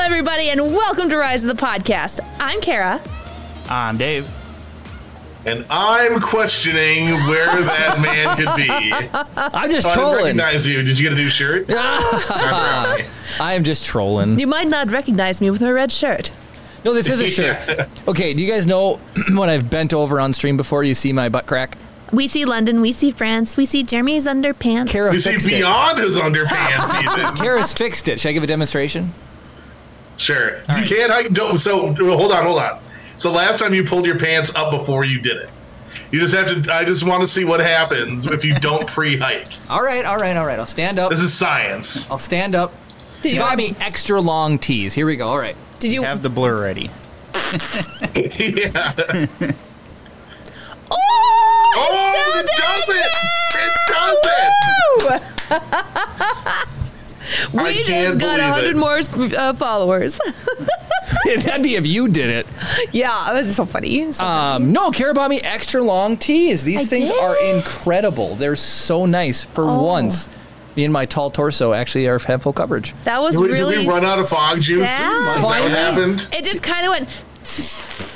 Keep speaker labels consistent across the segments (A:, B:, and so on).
A: everybody, and welcome to Rise of the Podcast. I'm Kara.
B: I'm Dave.
C: And I'm questioning where that man could be.
D: I'm just
C: I didn't
D: trolling.
C: recognize you. Did you get a new shirt? Apparently.
D: I am just trolling.
A: You might not recognize me with my red shirt.
D: No, this is a shirt. Okay, do you guys know when I've bent over on stream before you see my butt crack?
A: We see London, we see France, we see Jeremy's underpants.
D: Kara
C: You
D: fixed
C: see beyond his underpants,
D: it.
C: even.
D: Kara's fixed it. Should I give a demonstration?
C: Sure. You can't. I don't. So hold on, hold on. So last time you pulled your pants up before you did it. You just have to. I just want to see what happens if you don't pre-hike.
D: All right, all right, all right. I'll stand up.
C: This is science.
D: I'll stand up.
A: Did
D: She
A: you-
D: bought me extra long tees. Here we go. All right.
A: Did you?
B: Have the blur ready.
C: yeah.
A: Oh, it
C: Oh, it
A: still
C: does it! It does it!
A: did.
C: I
A: We just
C: can't
A: got 100
C: believe it.
A: more uh, followers.
D: That'd be if you did it.
A: yeah, it was so funny.
C: Uh,
A: So-
D: Um, no, Kara bought me extra long tees. These
A: I
D: things
A: did?
D: are incredible. They're so nice. For
A: Oh.
D: once, me and my tall torso actually are have full coverage.
A: that was
C: Did we,
A: really.
C: did we run out of fog juice?
A: sad.
C: Like
D: Finally.
C: that happened.
A: It just kind of went.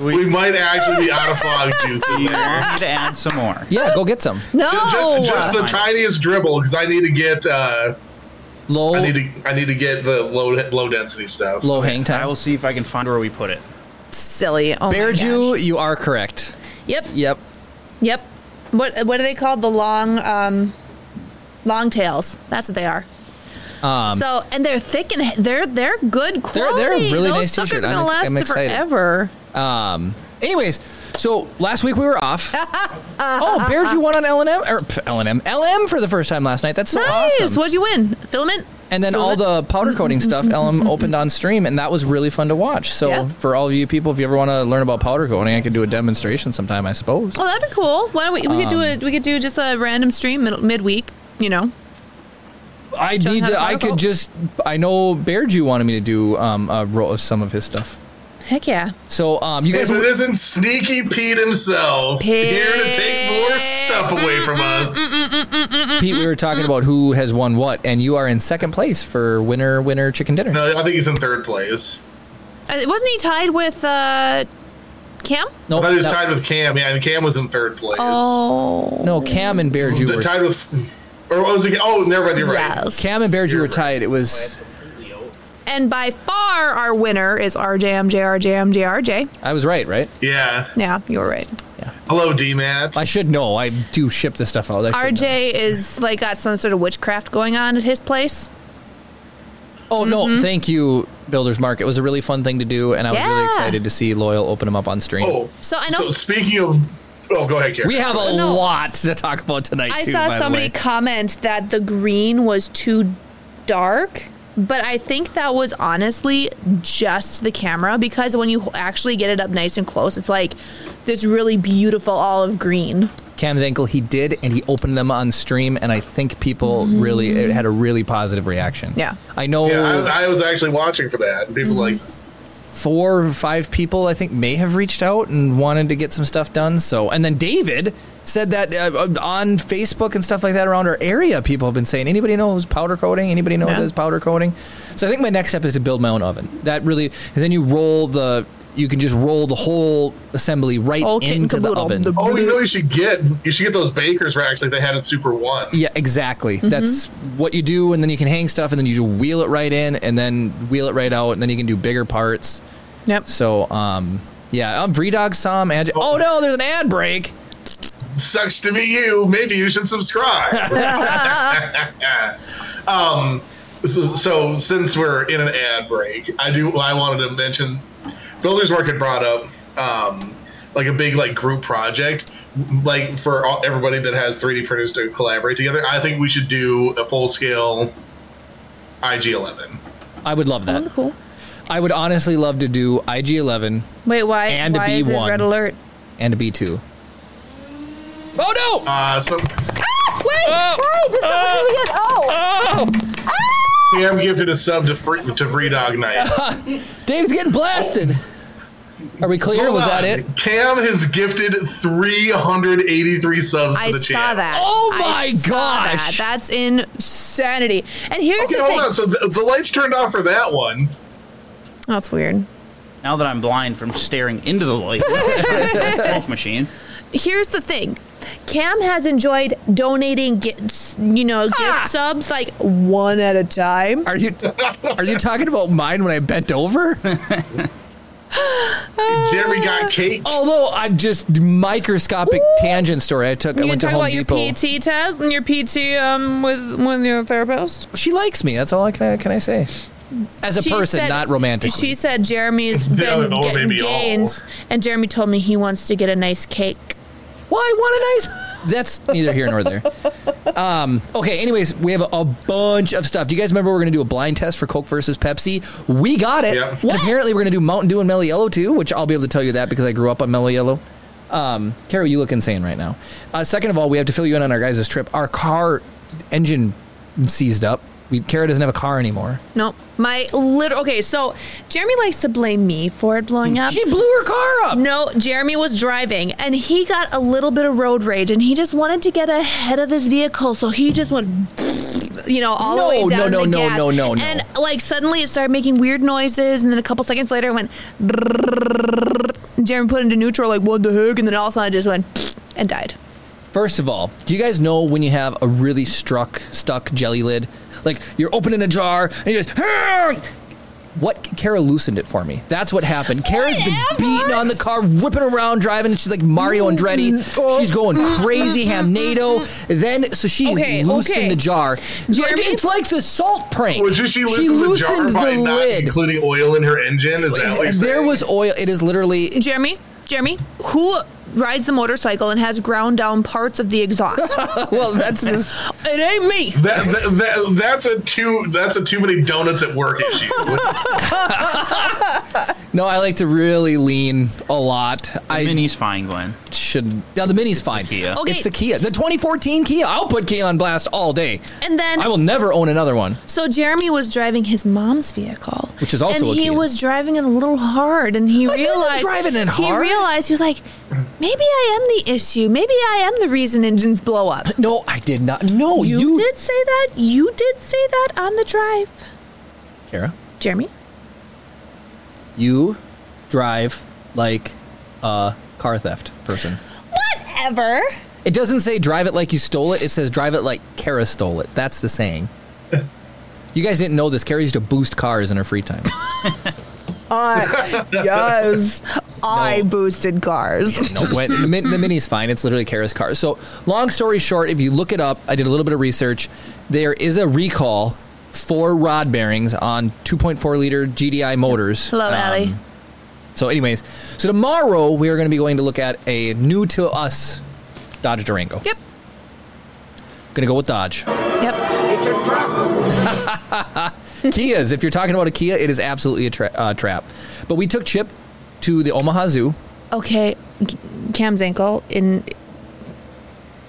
C: We might actually be out of fog juice. in
B: You need
C: there.
B: to add some more.
D: Yeah, go get some.
A: No.
C: Just, just the
B: Fine.
C: tiniest dribble because I need to get uh,
D: Low,
C: I need to I need to get the low low density stuff.
D: low hang
B: I
D: time.
B: will see if I can find where we put it.
A: silly. Oh my
D: Bear
A: gosh.
D: Jew, you are correct.
A: Yep.
D: Yep.
A: Yep. What What are they called? The long, um, long tails. That's what they are. so and they're thick and he- they're they're good
D: Um, they're
A: quality.
D: really
A: Those
D: nice
A: suckers
D: t-shirt.
A: are gonna
D: I'm-
A: last
D: I'm excited.
A: forever.
D: Um. Anyways, so last week we were off. oh, Bear Jew won on L and M or pff, L and M LM for the first time last night. That's so
A: nice.
D: awesome.
A: What'd you win? Filament.
D: And then all the powder coating stuff, LM opened on stream, and that was really fun to watch. So
A: Yeah.
D: for all of you people, if you ever want to learn about powder coating, I could do a demonstration sometime, I suppose.
A: Oh, that'd be cool. Why don't we we could do
D: Um,
A: a we could do just a random stream mid, midweek. You know.
D: I
A: Show them
D: need
A: how
D: to.
A: to
D: I
A: powder
D: could
A: coat.
D: just. I know Bear Jew wanted me to do um, a roll of some of his stuff.
A: Heck yeah.
D: So um, you guys.
C: If it isn't Sneaky Pete himself here to take more stuff
D: Mm,
C: away from us,
D: Pete, we were talking about who has won what, and you are in second place for winner winner chicken dinner.
C: no, I think he's in third place.
A: Uh, wasn't he tied with uh, Cam?
D: Oh, No,
C: I thought he was
D: that-
C: tied with Cam. Yeah, and Cam was in third place.
A: Oh.
D: no, Cam and Bear Jew
C: The-
D: were
C: tied with, or what was it? Oh, never mind. You're right.
A: Yes.
D: Cam and Bear Jew were tied. It was
A: And by far, our winner is RJM, JRJM, JRJ.
D: I was right, right?
C: Yeah.
A: Yeah, you were right.
C: Hello, DMAT.
D: I should know. I do ship this stuff out. I should know.
A: RJ is like got some sort of witchcraft going on at his place.
D: Oh
A: Mm-hmm.
D: no, thank you, Builders Mark. It was a really fun thing to do, and I was really
A: Yeah.
D: excited to see Loyal open them up on stream.
C: oh,
A: So I know-
C: So speaking of, oh, go ahead, Karen.
D: We have a
A: No.
D: lot to talk about tonight.
A: I
D: too, by
A: saw
D: the
A: somebody
D: way.
A: comment that the green was too dark, but I think that was honestly just the camera because when you actually get it up nice and close, it's like this really beautiful olive green.
D: Cam's ankle. He did, and he opened them on stream, and I think people really it had a really positive reaction.
A: Yeah.
D: I know
C: Yeah, I, I was actually watching for that. And people were like,
D: four or five people I think may have reached out and wanted to get some stuff done. So, and then David said that uh, uh, on Facebook and stuff like that around our area, people have been saying, anybody know who's powder coating? Anybody know who
A: Yeah.
D: does powder coating? So I think my next step is to build my own oven. That really, and then you roll the, you can just roll the whole assembly right
A: Whole kit and
D: into the
A: caboodle.
D: oven.
A: The-
C: "Oh, you know, you should get you should get those bakers racks like they had in Super One."
D: yeah, exactly.
A: Mm-hmm.
D: That's what you do, and then you can hang stuff, and then you just wheel it right in, and then wheel it right out, and then you can do bigger parts.
A: Yep.
D: So, um, yeah, um, Vredog saw him. Ad- oh no, there's an ad break.
C: sucks to be you. Maybe you should subscribe. um, so, so since we're in an ad break, I do. I wanted to mention Builders Market brought up um, like a big like group project, like for all, everybody that has 3D printers to collaborate together. I think we should do a full scale IG11.
D: I would love
A: That'd
D: that.
A: be Oh, cool.
D: I would honestly love to do IG11
A: Wait, why?
D: And a
A: why is it
D: B1.
A: red alert?
D: and a B2. Oh no!
C: Uh, so
A: Ah! Wait, wait, did somebody we get? Oh,
C: PM gifted a sub to free to free dog night.
D: Dave's getting blasted.
A: Oh.
D: Are we clear? Was that it?
C: Cam has gifted 383 subs
A: I
C: to the channel.
A: saw that.
D: Oh
A: I
D: my
A: saw
D: gosh.
A: that. That's insanity. And here's
C: Okay,
A: the
C: hold
A: thing.
C: on. So the, the lights turned off for that one.
A: That's weird.
B: Now that I'm blind from staring into the light, smoke machine.
A: here's the thing cam has enjoyed donating gifts you know
D: Ah.
A: gift subs like one at a time
D: Are you are you talking about mine when I bent over?
C: Jeremy
A: Uh,
C: got cake.
D: Although I'm just microscopic tangent story. I took. I
A: you
D: went to
A: talk
D: Home
A: about
D: Depot.
A: your pt test and your pt um with with your therapist
D: She likes me. That's all I can can I say. As a
A: She
D: person,
A: said-
D: not romantically.
A: she said jeremy's
C: They're
A: been
C: all
A: getting
C: maybe all.
A: gains and jeremy told me he wants to get a nice cake
D: Why? What a nice. That's neither here nor there. Um, okay. Anyways, we have a bunch of stuff. Do you guys remember we're gonna do a blind test for Coke versus Pepsi? We got it.
C: Yeah.
D: And
C: What?
D: apparently, we're gonna do Mountain Dew and Mellow Yellow too, which I'll be able to tell you that because I grew up on Mellow Yellow. Um, Carol, you look insane right now. Uh, second of all, we have to fill you in on our guys' trip. Our car engine seized up. We, Kara doesn't have a car anymore.
A: no my little okay so jeremy likes to blame me for it blowing up
D: She blew her car up.
A: No, Jeremy was driving and he got a little bit of road rage and he just wanted to get ahead of this vehicle. So he just went, you know, all
D: No,
A: the way down.
D: no,
A: in
D: no,
A: the
D: no,
A: gas.
D: no, no, no.
A: And like suddenly it started making weird noises. And then a couple seconds later it went, Jeremy put into neutral, like, what the heck? And then all of a sudden it just went and died.
D: First of all, do you guys know when you have a really struck, stuck jelly lid? Like you're opening a jar and you just. "Argh!" What Kara loosened it for me. That's what happened. Kara's been beating on the car, whipping around, driving, and she's like Mario
A: Mm-hmm.
D: Andretti. She's going crazy, hamnado. Then, so she
A: Okay,
D: loosened
A: okay.
D: the jar.
A: Jeremy?
D: It's like the salt prank.
C: Well, did she loosen the jar by not including oil in her engine? Is that what you're
D: There
C: saying?
D: was oil. It is literally.
A: Jeremy, Jeremy, who rides the motorcycle and has ground down parts of the exhaust?
D: Well, that's just.
A: it ain't me.
C: That, that, that, that's a too that's a too many donuts at work issue.
D: No, I like to really lean a lot. I
B: Minnie's fine, Glenn.
D: should. Now the mini's fine.
B: Kia.
A: Okay.
D: It's the Kia, the 2014 Kia. I'll put Kia on blast all day.
A: And then-
D: I will never own another one.
A: So Jeremy was driving his mom's vehicle,
D: Which is also
A: and
D: a
A: he
D: Kia.
A: was driving it a little hard, and he
D: wasn't
A: realized
D: driving it hard.
A: He realized he was like, maybe I am the issue. Maybe I am the reason engines blow up.
D: No, I did not. No, you,
A: You, did say that. You did say that on the drive,
D: Kara.
A: Jeremy.
D: You drive like a car theft person.
A: Whatever.
D: It doesn't say drive it like you stole it. It says drive it like Kara stole it. That's the saying. You guys didn't know this. Kara used to boost cars in her free time.
A: I yes. I boosted cars.
D: no, when, the, min, the mini's fine. It's literally Kara's car. So, long story short, if you look it up, I did a little bit of research. There is a recall for rod bearings on 2.4 liter GDI motors.
A: Hello,
D: Um,
A: Allie.
D: So, anyways, so tomorrow we are going to be going to look at a new to us Dodge Durango.
A: Yep.
D: Going to go with Dodge.
A: Yep.
D: Kias, if you're talking about a Kia, it is absolutely a tra- uh, trap. But we took Chip to the Omaha Zoo.
A: Okay. G- Cam's ankle in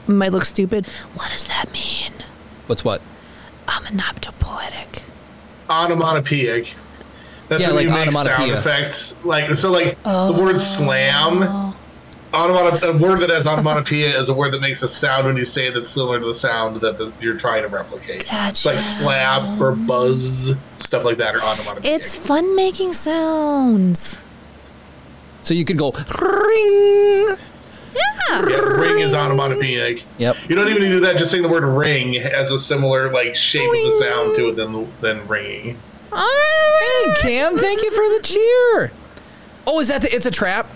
A: might look stupid. What does that mean?
D: What's what?
A: I'm anoptopoetic.
C: onomatopoeic. That's
D: Yeah,
C: when
D: like
C: you make sound
D: onomatopoeia.
C: effects. Like so, like the
A: Oh.
C: word slam. Onomatopoeia, a word that has onomatopoeia is a word that makes a sound when you say it that's similar to the sound that the, you're trying to replicate. It's like
A: Gotcha.
C: slap or buzz, stuff like that, or onomatopoeic.
A: It's fun making sounds.
D: So you could go ring.
A: Yeah.
C: yeah, ring is onomatopoeic.
D: Yep.
C: You don't even need to do that. Just saying the word ring has a similar like shape of the sound to it than than ringing.
A: All right.
D: Cam, thank you for the cheer. Oh, is that the, it's a trap?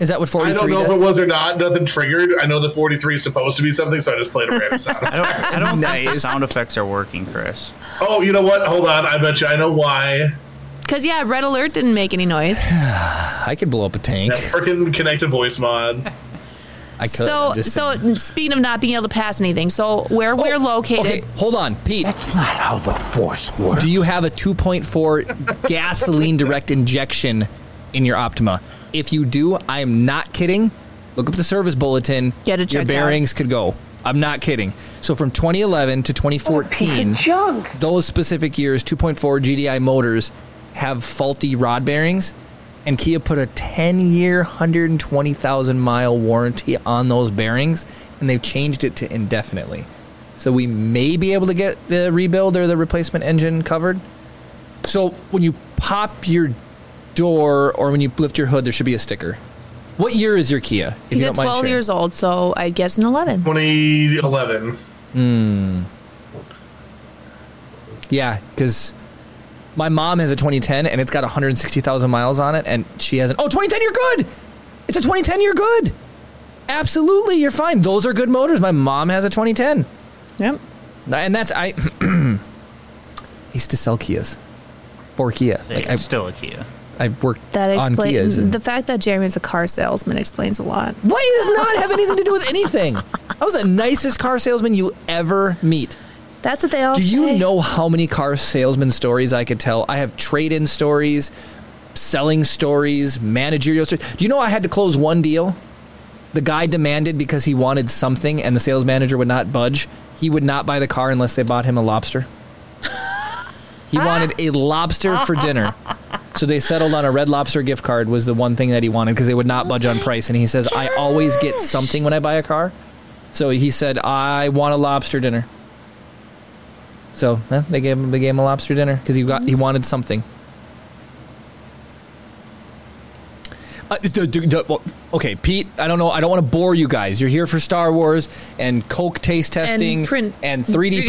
D: Is that what
C: I
D: 43
C: don't know if
D: does?
C: it was or not. Nothing triggered. I know the 43 is supposed to be something, so I just played a random sound.
B: I don't, I don't think the
D: Nice.
B: sound effects are working, Chris.
C: Oh, you know what? Hold on. I bet you I know why.
A: Because, yeah, red alert didn't make any noise.
D: I could blow up a tank.
C: That freaking connected voice mod.
D: I could.
A: So,
D: I'm just saying.
A: so
D: Oh,
A: speaking of not being able to pass anything, so where we're located,
D: Okay, hold on, Pete.
E: That's not how the force works.
D: Do you have a 2.4 gasoline direct injection in your Optima? If you do, I am not kidding. Look up the service bulletin.
A: Get it
D: your
A: checked out.
D: bearings could go. I'm not kidding. So from 2011 to 2014,
F: junk.
D: those specific years, 2.4 GDI motors have faulty rod bearings, and Kia put a 10 year, 120,000 mile warranty on those bearings, and they've changed it to indefinitely. So we may be able to get the rebuild or the replacement engine covered, So when you pop your door or when you lift your hood, there should be a sticker. What year is your Kia? If
G: He's
D: you
G: at
D: don't mind
G: 12
D: sharing?
G: years old, so I guess an 11.
C: 2011.
D: Yeah, because my mom has a 2010 and it's got 160,000 miles on it, and she has an oh 2010. You're good. It's a 2010. You're good. Absolutely, you're fine. Those are good motors. My mom has a 2010,
G: Yep.
D: and that's I used to sell Kias, for Kia. Like
B: Like,
D: I,
B: it's still a Kia.
D: I worked
G: That
D: on
G: explains
D: Kias. and-
G: the fact that Jeremy's a car salesman explains a lot.
D: Why does not have anything to do with anything? I was the nicest car salesman you ever meet.
G: That's what they all
D: Do you
G: say.
D: know how many car salesman stories I could tell? I have trade in stories, selling stories, managerial stories. Do you know I had to close one deal? The guy demanded because he wanted something and the sales manager would not budge. He would not buy the car unless they bought him a lobster. he wanted a lobster for dinner. So they settled on a red lobster gift card was the one thing that he wanted because they would
G: Oh
D: not budge on price and he says I always get something when I buy a car. So he said I want a lobster dinner. So eh, they gave him they gave him a lobster dinner because he got he wanted something. Uh, d- d- d- well, okay, Pete. I don't know. I don't want to bore you guys. You're here for Star Wars and Coke taste testing
G: print-
D: and 3D, printing.
G: 3D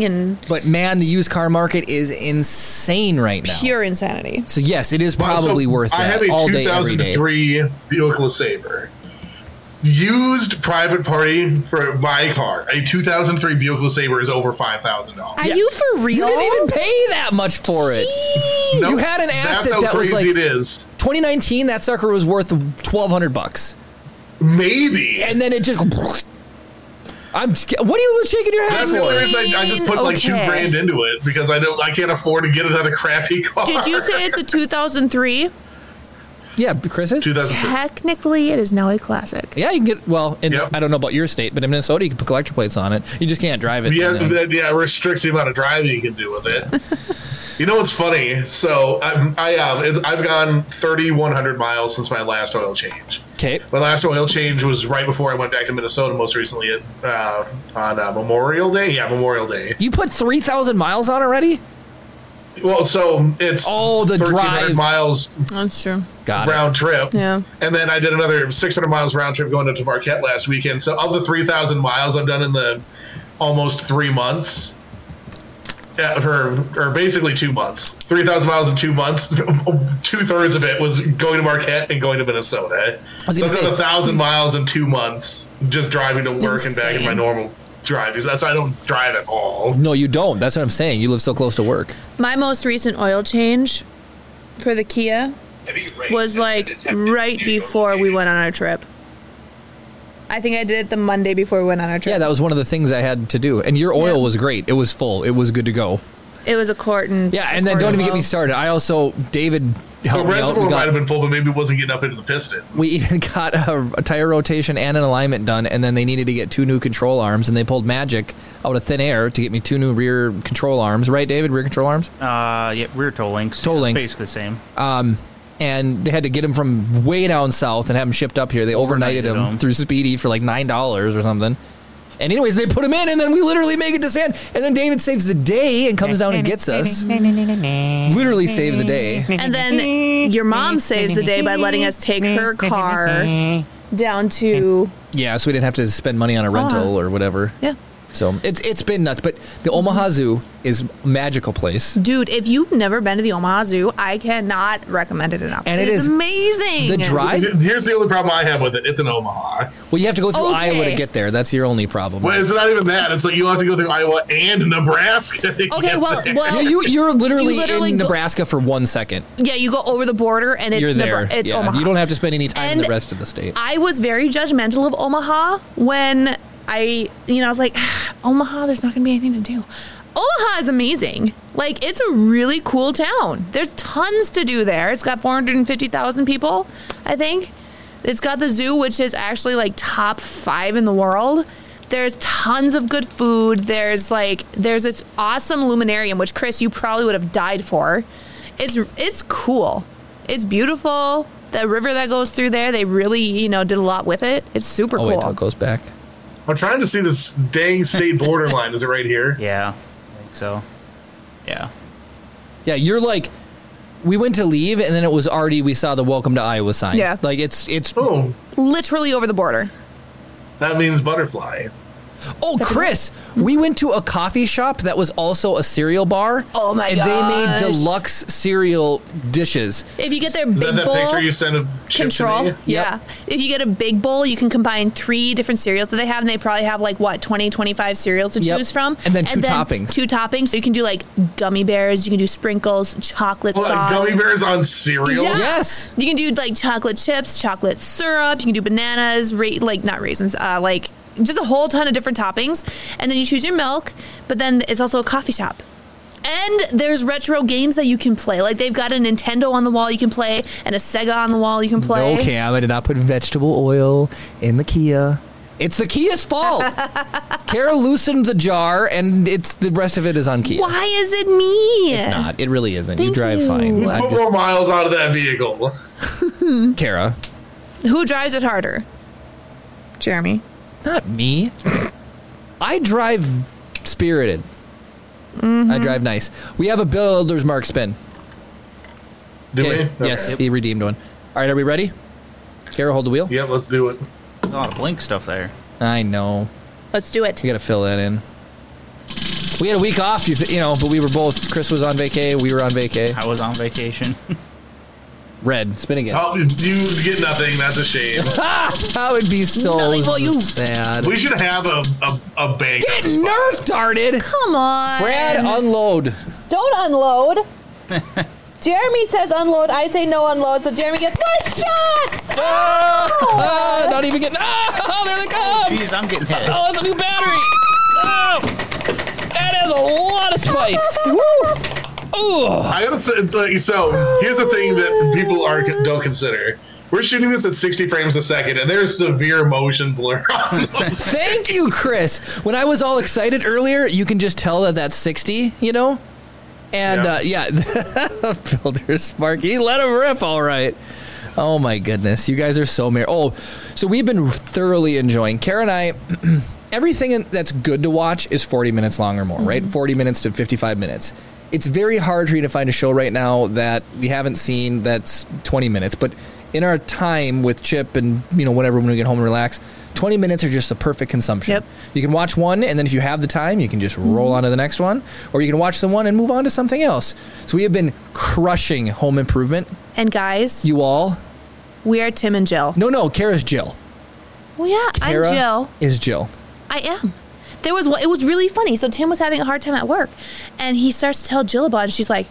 G: printing and-
D: but man, the used car market is insane right now.
G: Pure insanity.
D: So yes, it is probably
C: So,
D: worth that
C: I have a
D: all day every day.
C: 2003 vehicle saver. Used private party for my car. A 2003 vehicle saver is over five thousand dollars.
G: Are you for
D: You
G: real?
D: didn't even pay that much for it. You had an asset that was like
C: it is.
D: 2019. That sucker was worth 1,200 bucks.
C: Maybe.
D: and then it just. I'm. What are you shaking your head
C: That's the only
D: for?
C: reason I, I just put like two
G: Okay.
C: grand into it because I don't I can't afford to get another crappy car.
G: Did you say it's a 2003?
D: Yeah, Chris's.
C: 2003?
G: Technically, it is now a classic.
D: Yeah, you can get. Well, in,
C: Yep.
D: I don't know about your state, but in Minnesota, you can put collector plates on it. You just can't drive it.
C: Yeah,
D: you know.
C: that, yeah, it restricts the amount of driving you can do with it. you know what's funny? So I'm, I um, it- I've gone 3,100 miles since my last oil change.
D: Okay.
C: My last oil change was right before I went back to Minnesota. Most recently, at, uh, on uh, Memorial Day. Yeah, Memorial Day.
D: You put three thousand miles on already.
C: Well, so it's
D: Oh, the
C: 1,300
D: drive.
C: miles
G: That's true.
D: Got
C: round trip.
G: Yeah.
C: And then I did another 600 miles round trip going up to Marquette last weekend. So of the 3,000 miles I've done in the almost three months, yeah, or, or basically two months, 3,000 miles in two months, two thirds of it was going to Marquette and going to Minnesota.
D: was
C: So
D: gonna
C: I've done
D: say-
C: a thousand miles in two months, just driving to work and back in my
G: insane.
C: normal drive. That's why I don't drive at all.
D: it. No, you don't. That's what I'm saying. You live so close to work.
G: My most recent oil change for the Kia was like right before we went on our trip. I think I did it the Monday before we went on our trip.
D: Yeah, that was one of the things I had to do. And your oil
G: Yeah.
D: was great. It was full. It was good to go.
G: it was a Corton.
D: Yeah, and then don't even get me started. I also David
C: The
D: helped me out.
C: reservoir
D: We
C: might have
D: got,
C: been full, but maybe it wasn't getting up into the piston.
D: we even got a, a tire rotation and an alignment done, and then they needed to get two new control arms, and they pulled magic out of thin air to get me two new rear control arms. Right, David? Rear control arms.
B: Uh, yeah, rear toe links.
D: Toe links. Uh,
B: Basically the same.
D: and they had to get them from way down south and have them shipped up here. They overnighted,
B: Overnighted
D: them,
B: them.
D: through Speedy for like nine dollars or something. And anyways, they put them in, and then we literally make it to sand. And then David saves the day and comes down and gets us. literally saves the day.
G: And then your mom saves the day by letting us take her car down to
D: Yeah, so we didn't have to spend money on a rental or whatever.
G: Ah. yeah.
D: So it's it's been nuts. But the Omaha Zoo is a magical place.
G: Dude, if you've never been to the Omaha Zoo, I cannot recommend it enough.
D: And it
G: it's
D: is-
G: amazing.
D: The drive.
C: Here's the only problem I have with it. It's in Omaha.
D: Well, you have to go through Iowa to
G: Okay.
D: get there. That's your only problem.
C: Well, it's not even that. It's like you have to go through Iowa and Nebraska. to
G: Okay,
C: get
G: well,
C: there.
G: well,
D: you, you, you're literally,
G: You literally
D: in
G: go-
D: Nebraska for one second.
G: yeah, you go over the border and it's
D: You're there.
G: Nebra- it's
D: yeah,
G: Omaha.
D: you don't have to spend any time in the
G: And
D: rest of the state.
G: I was very judgmental of Omaha when I, you know, I was like, Omaha, there's not going to be anything to do. Omaha is amazing. Like, it's a really cool town. There's tons to do there. It's got 450,000 people, I think. It's got the zoo, which is actually like top five in the world. There's tons of good food. There's like, there's this awesome luminarium, which Chris, you probably would have died for. It's, it's cool. It's beautiful. The river that goes through there, they really, you know, did a lot with it. It's super
D: oh
G: cool.
D: wait, till it goes back.
C: I'm trying to see this dang state border line. Is it right here?
B: Yeah. I think so. Yeah.
D: Yeah, you're like, we went to leave, and then it was already we saw the welcome to Iowa sign.
A: Yeah.
D: like it's it's. Oh,
C: Oh,
A: Literally over the border.
C: that means butterfly.
D: Oh, Chris, we went to a coffee shop that was also a cereal bar.
A: Oh my
D: And
A: gosh.
D: they made deluxe cereal dishes.
A: If you get their
C: Is that
A: big
C: that
A: bowl
C: picture you sent of Chip to
A: control,
C: me?
A: yeah. If you get a big bowl, you can combine three different cereals that they have, and they probably have like what 20, 25 cereals to
D: Yep.
A: choose from,
D: And then two toppings.
A: Two toppings. So you can do like gummy bears. You can do sprinkles, chocolate
C: Well,
A: sauce.
C: gummy bears on cereal.
A: Yeah.
D: Yes.
A: You can do like chocolate chips, chocolate syrup. You can do bananas, ra- like not raisins, uh, like just a whole ton of different toppings. And then you choose your milk. But then it's also a coffee shop. And there's retro games that you can play. Like they've got a Nintendo on the wall you can play, and a Sega on the wall you can play.
D: No, Cam, I did not put vegetable oil in the Kia. It's the Kia's fault. Kara loosened the jar, and it's the rest of it is on Kia.
A: Why is it me?
D: It's not. It really isn't. you
A: Thank
D: drive
A: you.
D: fine.
A: Who's
D: I
C: Put
D: just-
C: more miles out of that vehicle.
D: Kara,
A: Who drives it harder? Jeremy.
D: not me. I drive spirited.
A: Mm-hmm.
D: I drive nice. We have a builder's mark spin.
C: Do we?
D: Okay.
C: Okay.
D: Yes, the redeemed one. All right, are we ready? Kara, hold the wheel.
C: Yep, let's do it.
B: A lot of blink stuff there.
D: I know.
A: Let's do it.
D: We got to fill that in. We had a week off, you, th- you know, but we were both. Chris was on vacay. We were on vacay.
B: I was on vacation.
D: Red. Spin again.
C: Oh, you get nothing. That's a shame.
D: Ah, that would be so
A: Nothing for you.
D: sad.
C: we should have a, a, a bank.
D: Get nerf darted.
A: Come on.
D: Brad, unload.
A: uh, Don't unload. Jeremy says unload. I say no unload. So Jeremy gets first shots.
D: Ah, not even getting. Ah, oh, there they come.
B: Jeez, I'm getting hit.
D: Oh, it's a new battery. Oh, that has a lot of spice. Woo. Ooh.
C: I gotta say, like, so here's the thing that people are don't consider. We're shooting this at 60 frames a second, and there's severe motion blur on those.
D: Thank you, Chris. When I was all excited earlier, you can just tell that that's 60, you know? And
C: Yeah.
D: uh, yeah, Builder Spark, he let him rip all right. Oh my goodness, you guys are so merry. Oh, so we've been thoroughly enjoying. Kara and I, everything in- that's good to watch is 40 minutes long or more, right?
A: Mm-hmm.
D: 40 minutes to 55 minutes. It's very hard for you to find a show right now that we haven't seen that's 20 minutes, but in our time with Chip and, you know, whatever, when we get home and relax, 20 minutes are just the perfect consumption.
A: Yep. Mm-hmm.
D: You can watch one, and then if you have the time, you can just roll on to the next one, or you can watch the one and move on to something else. So we have been crushing home improvement.
A: And guys,
D: You all,
A: we are Tim and Jill.
D: no, no, Kara's Jill.
A: Well, yeah,
D: Kara
A: I'm Jill.
D: is Jill.
A: I am. There was one- it was really funny. So Tim was having a hard time at work, and he starts to tell Jill about it. And she's like,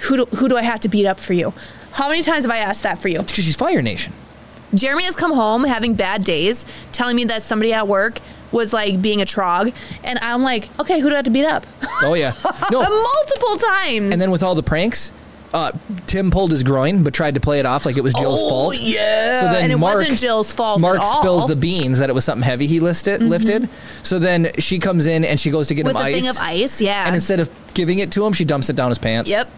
A: "Who do, who do I have to beat up for you? How many times have I asked that for you?"
D: Because she's Fire Nation.
A: Jeremy has come home having bad days, telling me that somebody at work was like being a trog, and I'm like, "Okay, who do I have to beat up?" Uh,
D: Oh yeah, no.
A: Multiple times.
D: And then with all the pranks, uh, Tim pulled his groin but tried to play it off like it was Jill's
A: Oh,
D: fault.
A: Yeah.
D: So then
A: and it
D: Mark-
A: wasn't Jill's fault.
D: Mark
A: at all.
D: spills the beans that it was something heavy he listed, lifted. So then she comes in and she goes to get
A: Mm-hmm. with
D: him
A: a
D: ice.
A: thing of ice. Yeah.
D: And instead of giving it to him, she dumps it down his pants.
A: yep.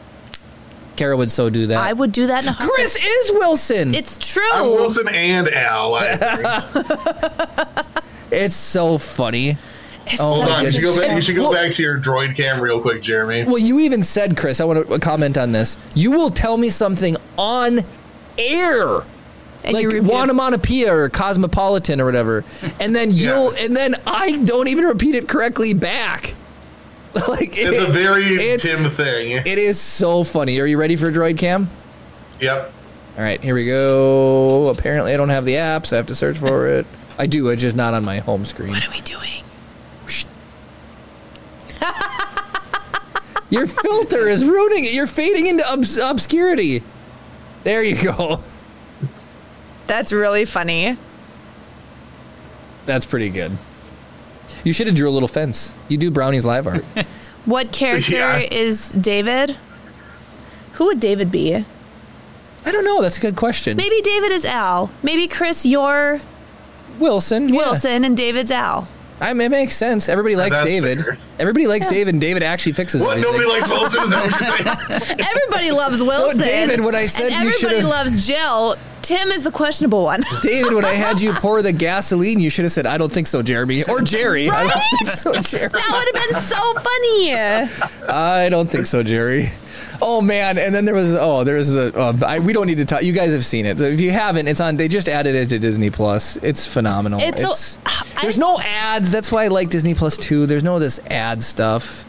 D: Kara would so do that.
A: I would do that. In a heartbeat.
D: Chris is Wilson.
A: it's true.
C: I'm Wilson and Al. I agree.
D: it's so funny.
A: It's
D: Oh,
A: such
C: Hold
D: my
A: a
C: on, you
A: good
C: should go back,
A: show.
C: you should go
D: Well-
C: back to your droid cam real quick, Jeremy.
D: Well, you even said, Chris, I want to comment on this. You will tell me something on air.
A: And
D: like
A: you repeat it.
D: Wanamanapiya or Cosmopolitan or whatever. And then you'll and then I don't even repeat it correctly back. like
C: It's a very
D: it's-
C: Tim thing.
D: It is so funny. Are you ready for Droid Cam?
C: Yep.
D: All right, here we go. Apparently, I don't have the app, so I have to search for it. I do, it's just not on my home screen.
A: What are we doing?
D: Your filter is ruining it. You're fading into obs- obscurity. There you go.
A: That's really funny.
D: That's pretty good. You should have drew a little fence. You do brownies live art.
A: What character
C: Yeah.
A: is David? Who would David be?
D: I don't know. That's a good question.
A: Maybe David is Al. Maybe Chris, you're
D: Wilson. yeah.
A: Wilson, and David's Al.
D: I mean, it makes sense. Everybody likes
C: That's
D: David.
C: fair.
D: Everybody likes David, and David actually fixes
C: What?
D: everything.
C: Nobody likes Wilson? Is that what you're saying?
A: Everybody loves Wilson.
D: David, when I said
A: and
D: you
A: everybody
D: should've-
A: loves Jill,
G: Tim is the questionable one.
D: David, when I had you pour the gasoline, you should have said, "I don't think so, Jeremy," or "Jerry." I don't think so, Jerry.
G: That would have been so funny.
D: I don't think so, Jerry. Oh man! And then there was oh, there was the uh, I, we don't need to talk. You guys have seen it. So if you haven't, it's on. They just added it to Disney Plus. It's phenomenal.
G: It's
D: It's,
G: so- uh,
D: there's
G: I-
D: no ads. That's why I like Disney Plus too. There's no this ad stuff.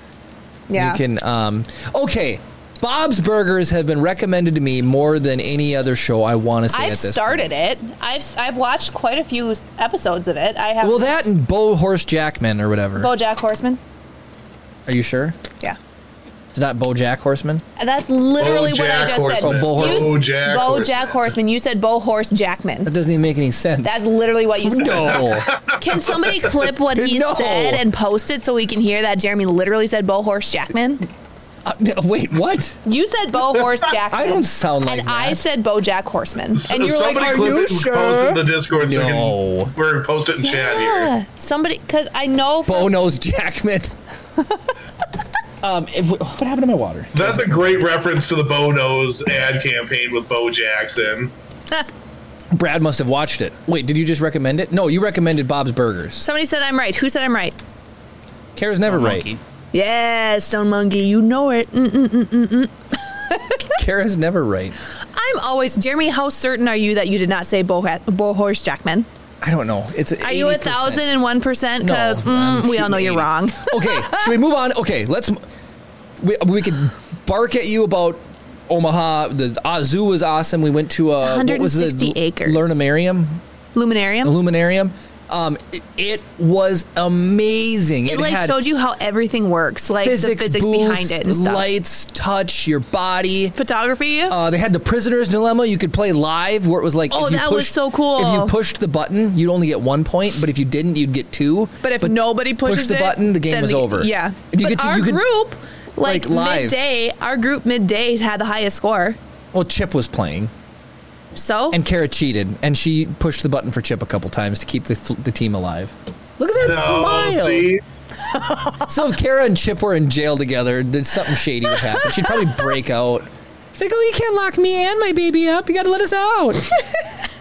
G: Yeah.
D: You can um okay. Bob's Burgers have been recommended to me more than any other show I want to say
G: I've
D: at this
G: started it. I've I've watched quite a few episodes of it. I have.
D: Well, that and Bo Horse Jackman or whatever.
G: BoJack Horseman.
D: Are you sure?
G: Yeah.
D: It's not Bo Jack Horseman.
G: And uh, that's literally what I
C: BoJack
G: just
C: Horseman.
G: said.
D: Oh, Bo-
G: You s-
C: BoJack
G: BoJack
C: Horseman.
G: Horseman. You said Bo Horse Jackman.
D: That doesn't even make any sense.
G: That's literally what you said.
D: no.
G: Can somebody clip what he
D: No.
G: said and post it so we can hear that Jeremy literally said Bo Horse Jackman?
D: Uh, no, wait, what?
G: You said Bo Horse Jackman.
D: I don't sound like
G: and
D: that.
G: I said BoJack Horseman. And you're like,
C: somebody
G: are
C: clip
G: you
C: it and post it
G: sure?
C: in the Discord so we
D: No.
C: can we're gonna post it in chat here.
G: Yeah. Somebody, because I know. For,
D: Bo knows Jackman. um, if- what happened to my water?
C: That's a great reference to the Bo Nose ad campaign with Bo Jackson.
D: Brad must have watched it. Wait, did you just recommend it? No, you recommended Bob's Burgers.
G: somebody said I'm right. Who said I'm right?
D: Kara's never
B: Monkey.
D: right.
G: Yeah, Stone Monkey, you know it. Mm.
D: Kara's never right.
G: I'm always Jeremy. How certain are you that you did not say Bo, Bo Horse Jackman?
D: I don't know. It's
G: Are you a thousand and one percent? Because
D: No, I'm
G: we all know
D: shooting
G: you're wrong.
D: okay, should we move on? Okay, let's. m- We, we could bark at you about Omaha. The uh, zoo was awesome. We went to uh, what was the
G: 160 acres.
D: Learnamarium,
G: Luminarium.
D: Luminarium. Um, it, it was amazing.
G: It like showed you how everything works, like the
D: booths,
G: physics behind it and stuff.
D: lights, touch, your body.
G: Photography.
D: Uh, they had the prisoner's dilemma. You could play live, where it was like,
G: Oh,
D: if you
G: that was
D: pushed-
G: so cool.
D: If you pushed the button, you'd only get one point, but if you didn't, you'd get two.
G: but if nobody pushes
D: push the
G: it,
D: button, the game
G: then
D: was over.
G: Yeah.
D: And you
G: but
D: could- you
G: our
D: could-
G: group, like,
D: like, live.
G: midday, our group midday had the highest score.
D: well, Chip was playing,
G: So
D: and Kara cheated, and she pushed the button for Chip a couple times to keep the the team alive. Look at that smile.
C: see?
D: So if Kara and Chip were in jail together, then something shady would happen. She'd probably break out. She's like, oh, you can't lock me and my baby up. You got to let us out.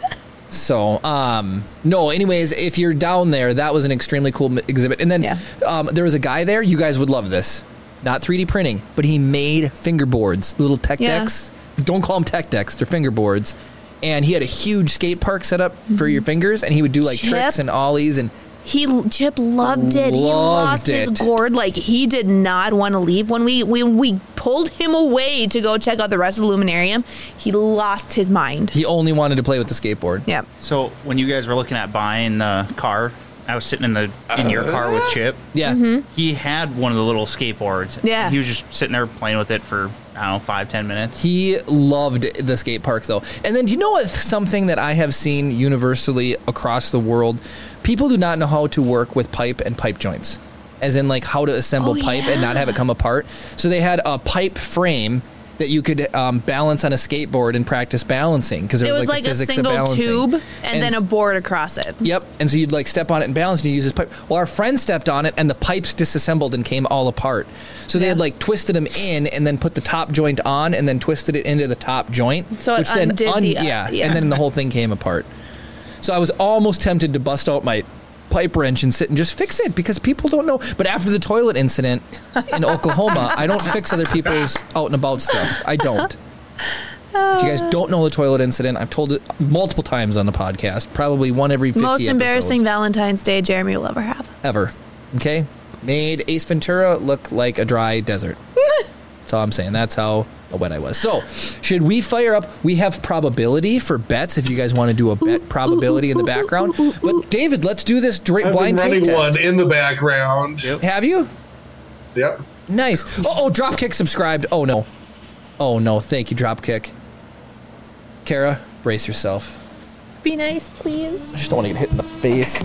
D: so, um, no, anyways, if you're down there, that was an extremely cool m- exhibit. And then
G: Yeah.
D: um, there was a guy there. You guys would love this. Not 3D printing, but he made fingerboards, little tech
G: Yeah.
D: decks. Don't call them tech decks, they're fingerboards. And he had a huge skate park set up for
G: Mm-hmm.
D: your fingers, and he would do like
G: Chip.
D: tricks and ollies and
G: He Chip loved it. he
D: Loved
G: lost
D: it.
G: his gourd. Like he did not want to leave. When we when we pulled him away to go check out the rest of the Luminarium, he lost his mind.
D: he only wanted to play with the skateboard.
G: Yep.
B: So when you guys were looking at buying the car, I was sitting in the in your car with Chip.
D: Yeah.
G: Mm-hmm.
B: He had one of the little skateboards.
G: Yeah.
B: He was just sitting there playing with it for I don't know five ten minutes.
D: He loved the skate park though. And then do you know what something that I have seen universally across the world? People do not know how to work with pipe and pipe joints. As in like how to assemble
G: Oh,
D: pipe and not have it come apart. So they had a pipe frame that you could um, balance on a skateboard and practice balancing because
G: It was like,
D: the
G: a
D: physics of
G: single
D: balancing.
G: tube and, then a
D: s-
G: board across it.
D: Yep. And so you'd like step on it and balance and you use this pipe. Well, our friend stepped on it and the pipes disassembled and came all apart. So they
G: Yeah.
D: had like twisted them in and then put the top joint on and then twisted it into the top joint.
G: So it undid the- uh,
D: yeah,
G: yeah.
D: And then the whole thing came apart. So I was almost tempted to bust out my pipe wrench and sit and just fix it because people don't know. But after the toilet incident in Oklahoma, I don't fix other people's out and about stuff. I don't. If you guys don't know the toilet incident, I've told it multiple times on the podcast, probably one every 50
G: Most embarrassing
D: episodes
G: Valentine's Day Jeremy will ever have.
D: ever. Okay? Made Ace Ventura look like a dry desert. That's all I'm saying. That's how wet I was. So, should we fire up? We have probability for bets if you guys want to do a bet probability in the background. But, David, let's do this dra-
C: I've been
D: blind
C: running
D: tape
C: one
D: test.
C: in the background.
B: Yep.
D: Have you?
C: Yep.
D: Nice. Oh, oh, Dropkick subscribed. Oh, no. Oh, no. Thank you, Dropkick. Kara, brace yourself.
G: Be nice, please.
D: I just don't want to get hit in the face.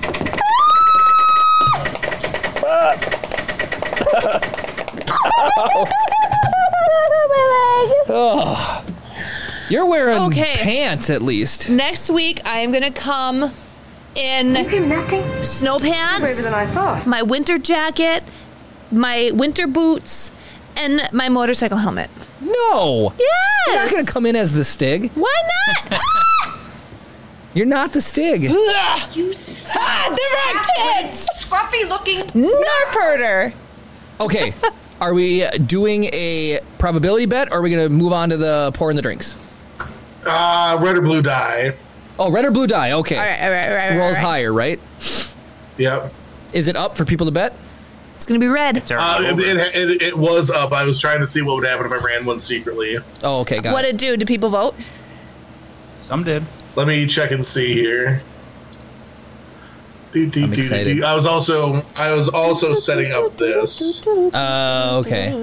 D: You're wearing
G: Okay.
D: pants at least.
G: Next week I am gonna come in
F: You're nothing
G: snow
F: braver
G: pants.
F: than I thought.
G: my winter jacket, my winter boots, and my motorcycle helmet.
D: No.
G: Yes.
D: You're not gonna come in as the Stig.
G: Why not?
D: You're not the Stig.
F: You stupid,
G: Ah, direct hits!
F: scruffy looking.
G: Nerf herder!
D: Okay. Are we doing a probability bet or are we going to move on to the pour in the drinks?
C: Uh, red or blue die.
D: Oh, red or blue die. Okay.
G: All right, all right, all right. all right,
D: Rolls
G: all right.
D: higher, right?
C: Yep.
D: Is it up for people to bet?
A: It's gonna be red.
B: It's already
C: Uh, it,
B: over.
C: it, it, it was up. I was trying to see what would happen if I ran one secretly.
D: Oh, okay. Got
A: What
D: it.
A: it do? Do people vote?
B: Some did.
C: Let me check and see here. Do, do,
D: I'm
C: do, do,
D: excited.
C: do. I was also I was also setting up this.
D: Uh, okay.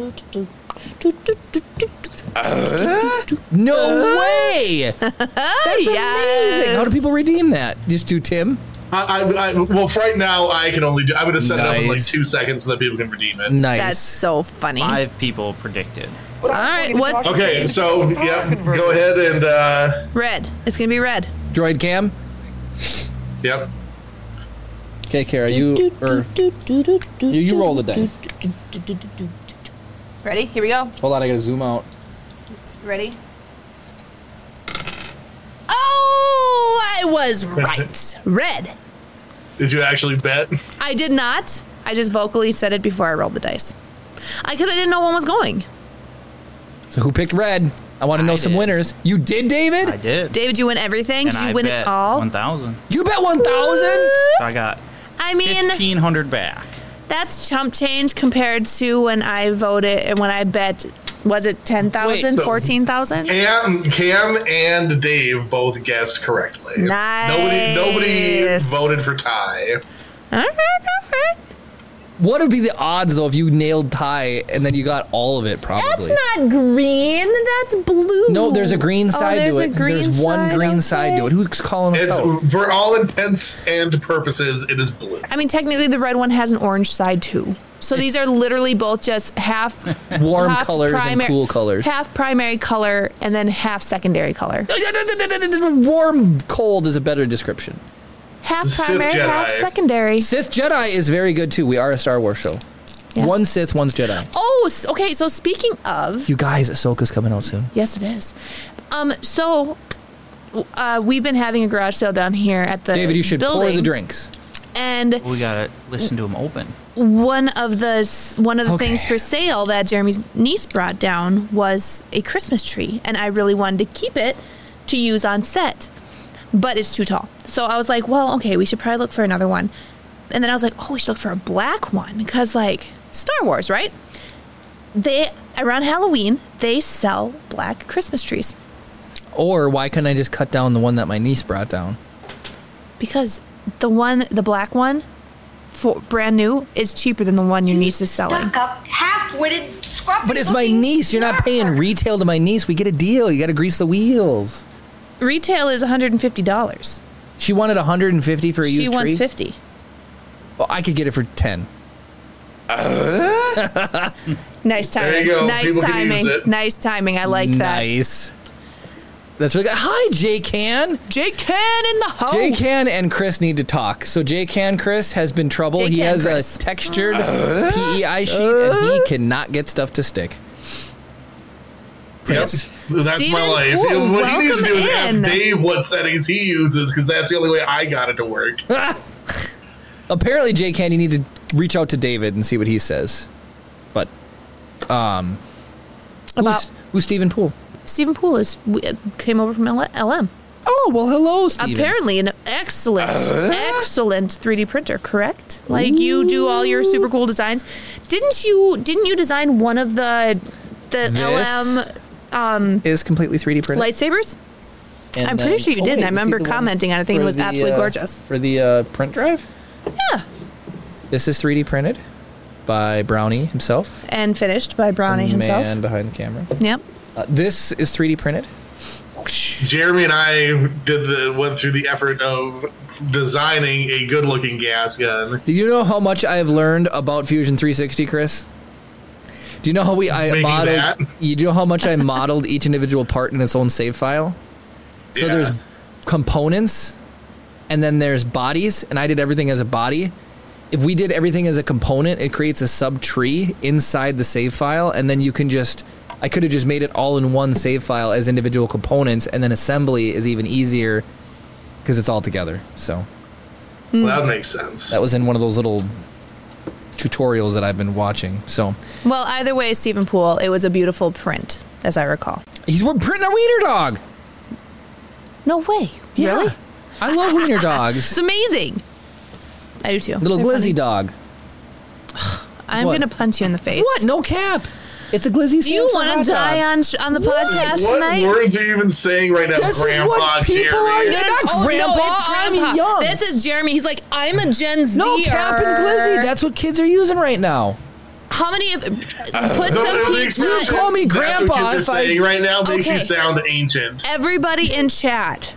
D: No way! That's amazing. How do people redeem that? Just do Tim.
C: I, I, I, well, for right now I can only do. I would have set it up in like
D: Nice.
C: two seconds so that people can redeem it.
D: Nice.
G: That's so funny.
B: Five people predicted.
A: All right, what's
C: Okay, so yep, go ahead and uh,
A: red? It's gonna be red.
D: Droid Cam.
C: yep.
D: Okay, Kara, you or you, you roll the dice.
F: Ready? Here we go.
D: Hold on, I gotta zoom out.
F: Ready?
A: Oh, I was right. Red.
C: Did you actually bet?
A: I did not. I just vocally said it before I rolled the dice. Because I, didn't know one was going.
D: So who picked red? I want to know
B: I
D: some
B: did.
D: winners. You did, David.
B: I did.
A: David, you win everything.
B: and
A: did you
B: I
A: win
B: bet
A: it all?
B: One thousand.
D: You bet one thousand.
B: So I got
A: I mean,
B: fifteen hundred back.
A: that's chump change compared to when I voted and when I bet. Was it ten thousand,
D: Wait,
C: so-
A: fourteen thousand?
C: Cam, Cam, and Dave both guessed correctly. Nobody, nobody
A: Nice.
C: voted for tie.
D: What would be the odds though if you nailed tie and then you got all of it? Probably.
A: That's not green. That's blue.
D: no, there's a green side
A: there's
D: to
A: a
D: it.
A: green
D: there's one
A: side,
D: green
A: okay.
D: side to it. Who's calling us
C: It's
D: out?
C: for all intents and purposes, it is blue.
A: I mean, technically, the red one has an orange side too. So these are literally both just half
D: Warm
A: half
D: colors and
A: primar-
D: cool colors.
A: half primary color and then half secondary color.
D: Warm cold is a better description.
A: Half
C: The Sith
A: primary, half
C: Jedi.
A: secondary.
D: Sith Jedi is very good too. We are a Star Wars show.
A: Yeah.
D: One Sith, one's Jedi.
A: Oh, s- okay. So speaking of,
D: You guys, Ahsoka's coming out soon.
A: yes, it is. Um, so. Uh, we've been having a garage sale down here at the
D: David, you should
A: building,
D: pour the drinks.
A: And
B: We gotta listen to them open.
A: one of the s- one of the
D: Okay.
A: things for sale that Jeremy's niece brought down was a Christmas tree, and I really wanted to keep it to use on set, but it's too tall. So I was like, well, okay, we should probably look for another one. And then I was like, oh, we should look for a black one because like Star Wars, right? They around Halloween they sell black Christmas trees
D: Or why couldn't I just cut down the one that my niece brought down?
A: because the one the black one for brand new is cheaper than the one your niece is selling.
F: Stuck up, half-witted, scruffy.
D: But it's my niece. You're not paying retail to my niece. We get a deal. You got to grease the wheels.
A: Retail is one hundred and fifty dollars.
D: She wanted 150 for a
A: She
D: used
A: wants
D: tree.
A: 50.
D: Well, I could get it for 10.
A: Nice timing.
C: There you go.
A: Nice
C: People can use
A: timing.
C: it.
A: Nice timing. I like that.
D: nice. That's really good. Hi, J Can.
A: Jake Can in the house.
D: J Can and Chris need to talk. So J Can Chris has been trouble.
A: J.
D: he
A: Can
D: has
A: Chris.
D: a textured PEI sheet and he cannot get stuff to stick. Chris.
C: That's my
A: Steven,
C: life.
A: ooh,
C: what he needs to do is
A: welcome in.
C: ask Dave what settings he uses because that's the only way I got it to work.
D: Apparently, J Can, you need to reach out to David and see what he says. But, um,
A: About-
D: who's, who's Stephen Poole?
A: Stephen Poole is, w- uh, came over from L- LM.
D: Oh well, hello, Steven.
A: Apparently, an excellent,
C: Uh?
A: excellent 3D printer. Correct? Like you do all your super cool designs. Didn't you? Didn't you design one of the the
D: This
A: LM
D: is completely 3D printed.
A: lightsabers?
D: And
A: I'm pretty
D: then-
A: sure you
D: oh,
A: didn't.
D: wait,
A: I
D: was he
A: remember
D: the one
A: commenting on it. I think it
D: for
A: was
D: the,
A: absolutely
D: uh,
A: gorgeous.
D: for the uh, print drive.
A: Yeah.
D: This is 3D printed by Brownie himself,
A: And finished by Brownie himself.
D: man behind the camera.
A: Yep.
D: Uh, this is 3D printed.
C: Jeremy and I did the went through the effort of designing a good-looking gas gun.
D: Did you know how much I have learned about Fusion 360, Chris? Do you know how we I
C: Making
D: modeled?
C: that?
D: You know how much I modeled each individual part in its own save file. So
C: Yeah.
D: there's components, and then there's bodies, and I did everything as a body. If we did everything as a component, it creates a sub tree inside the save file, and then you can just. I could have just made it all in one save file as individual components, and then assembly is even easier because it's all together. So
C: Well, that makes sense.
D: that was in one of those little tutorials that I've been watching. So
A: Well, either way, Stephen Poole, it was a beautiful print, as I recall.
D: he's we're printing a wiener dog.
A: No way.
D: Yeah.
A: Really?
D: I love wiener dogs.
A: It's amazing. I do too.
D: little
A: They're funny.
D: glizzy dog.
A: I'm
D: What?
A: going to punch you in the face.
D: What? No cap. It's a glizzy.
A: Do you want to die on sh- on the podcast
C: What
A: tonight?
C: words are you even saying right now,
D: This is
C: Grandpa
D: what people are-
C: Jerry?
D: You're not
A: Oh, no,
D: grandpa,
A: it's
D: I'm
A: grandpa.
D: young.
A: This is Jeremy. He's like, I'm a Gen Z.
D: No cap and glizzy. That's what kids are using right now.
A: How many of put
C: No,
A: some
C: it makes
A: pizza?
C: no
D: You
C: sense.
D: call me
C: That's what
D: grandpa
C: you're
D: if I-
C: saying right now makes you
A: Okay. Uh,
C: sound ancient.
A: Everybody in chat.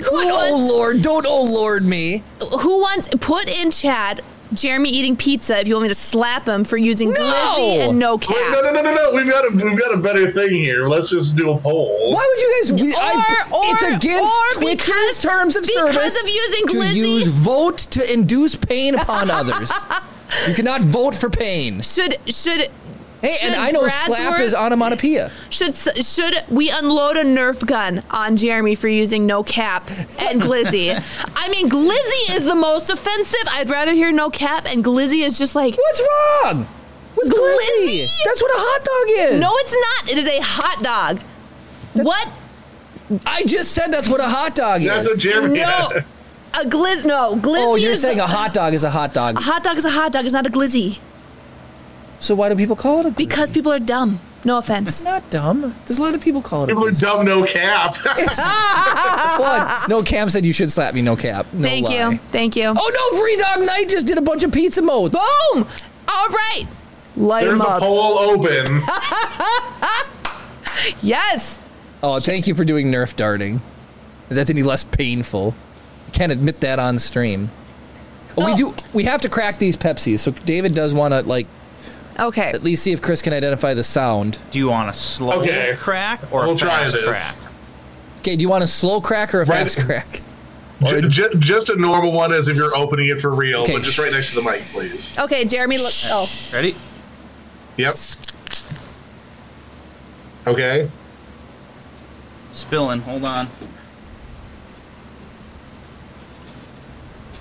A: What
D: oh
A: was-
D: lord, don't oh lord me.
A: Who wants put in chat Jeremy eating pizza if you want me to slap him for using
D: No! Oh
A: glizzy and no
C: Wait, no,
A: cap.
C: no, no, no, no. We've got a we've got a better thing here. Let's just do a poll.
D: Why would you guys? we- I,
A: Or- or-
D: it's against
A: or
D: Twitch's
A: because-
D: terms of
A: because
D: service
A: of using
D: to
A: glizzy?
D: use vote to induce pain upon others. You cannot vote for pain.
A: Should should
D: Hey,
A: should
D: and I know slap
A: Bradsworth-
D: is onomatopoeia.
A: should s- should we unload a Nerf gun on Jeremy for using no cap and glizzy? I mean, glizzy is the most offensive. I'd rather hear no cap and glizzy is just like
D: What's wrong with glizzy?
A: Glizzy?
D: That's what a hot dog is.
A: no, it's not. It is a hot dog. what?
D: I just said that's what a hot dog
C: That's
D: is.
C: what Jeremy.
A: No. A glizz? No, glizzy.
D: oh, you're
A: is Uh,
D: saying a hot dog is a hot dog.
A: A hot dog is a hot dog. It's not a glizzy
D: So why do people call it a? Glizzy?
A: because people are dumb. No offense.
D: It's not dumb. There's a lot of people call it a.
C: People are
D: glizzy.
C: dumb, no cap.
D: What? No, Cam said you should slap me. No cap. No
A: Thank
D: lie.
A: you. Thank you.
D: Oh no, Free Dog Night just did a bunch of pizza modes.
A: Boom! All right. Light
C: There's
A: him
C: a
A: up.
C: poll open.
A: yes.
D: Oh, thank you for doing Nerf darting. Is that any less painful? I can't admit that on stream. Oh, we
A: No.
D: do. We have to crack these Pepsis. So David does want to like
A: Okay.
D: at least see if Chris can identify the sound.
B: Do you want a slow
C: Okay.
B: crack or
C: We'll
B: a
C: try
B: fast
C: this.
B: crack?
D: Okay, do you want a slow crack or a
C: Right.
D: fast crack?
C: Ju- ju- just a normal one as if you're opening it for real,
D: Okay.
C: but just right next to the mic, please.
A: Okay, Jeremy. Look. Oh,
B: Ready?
C: Yep. Okay.
B: Spilling. Hold on.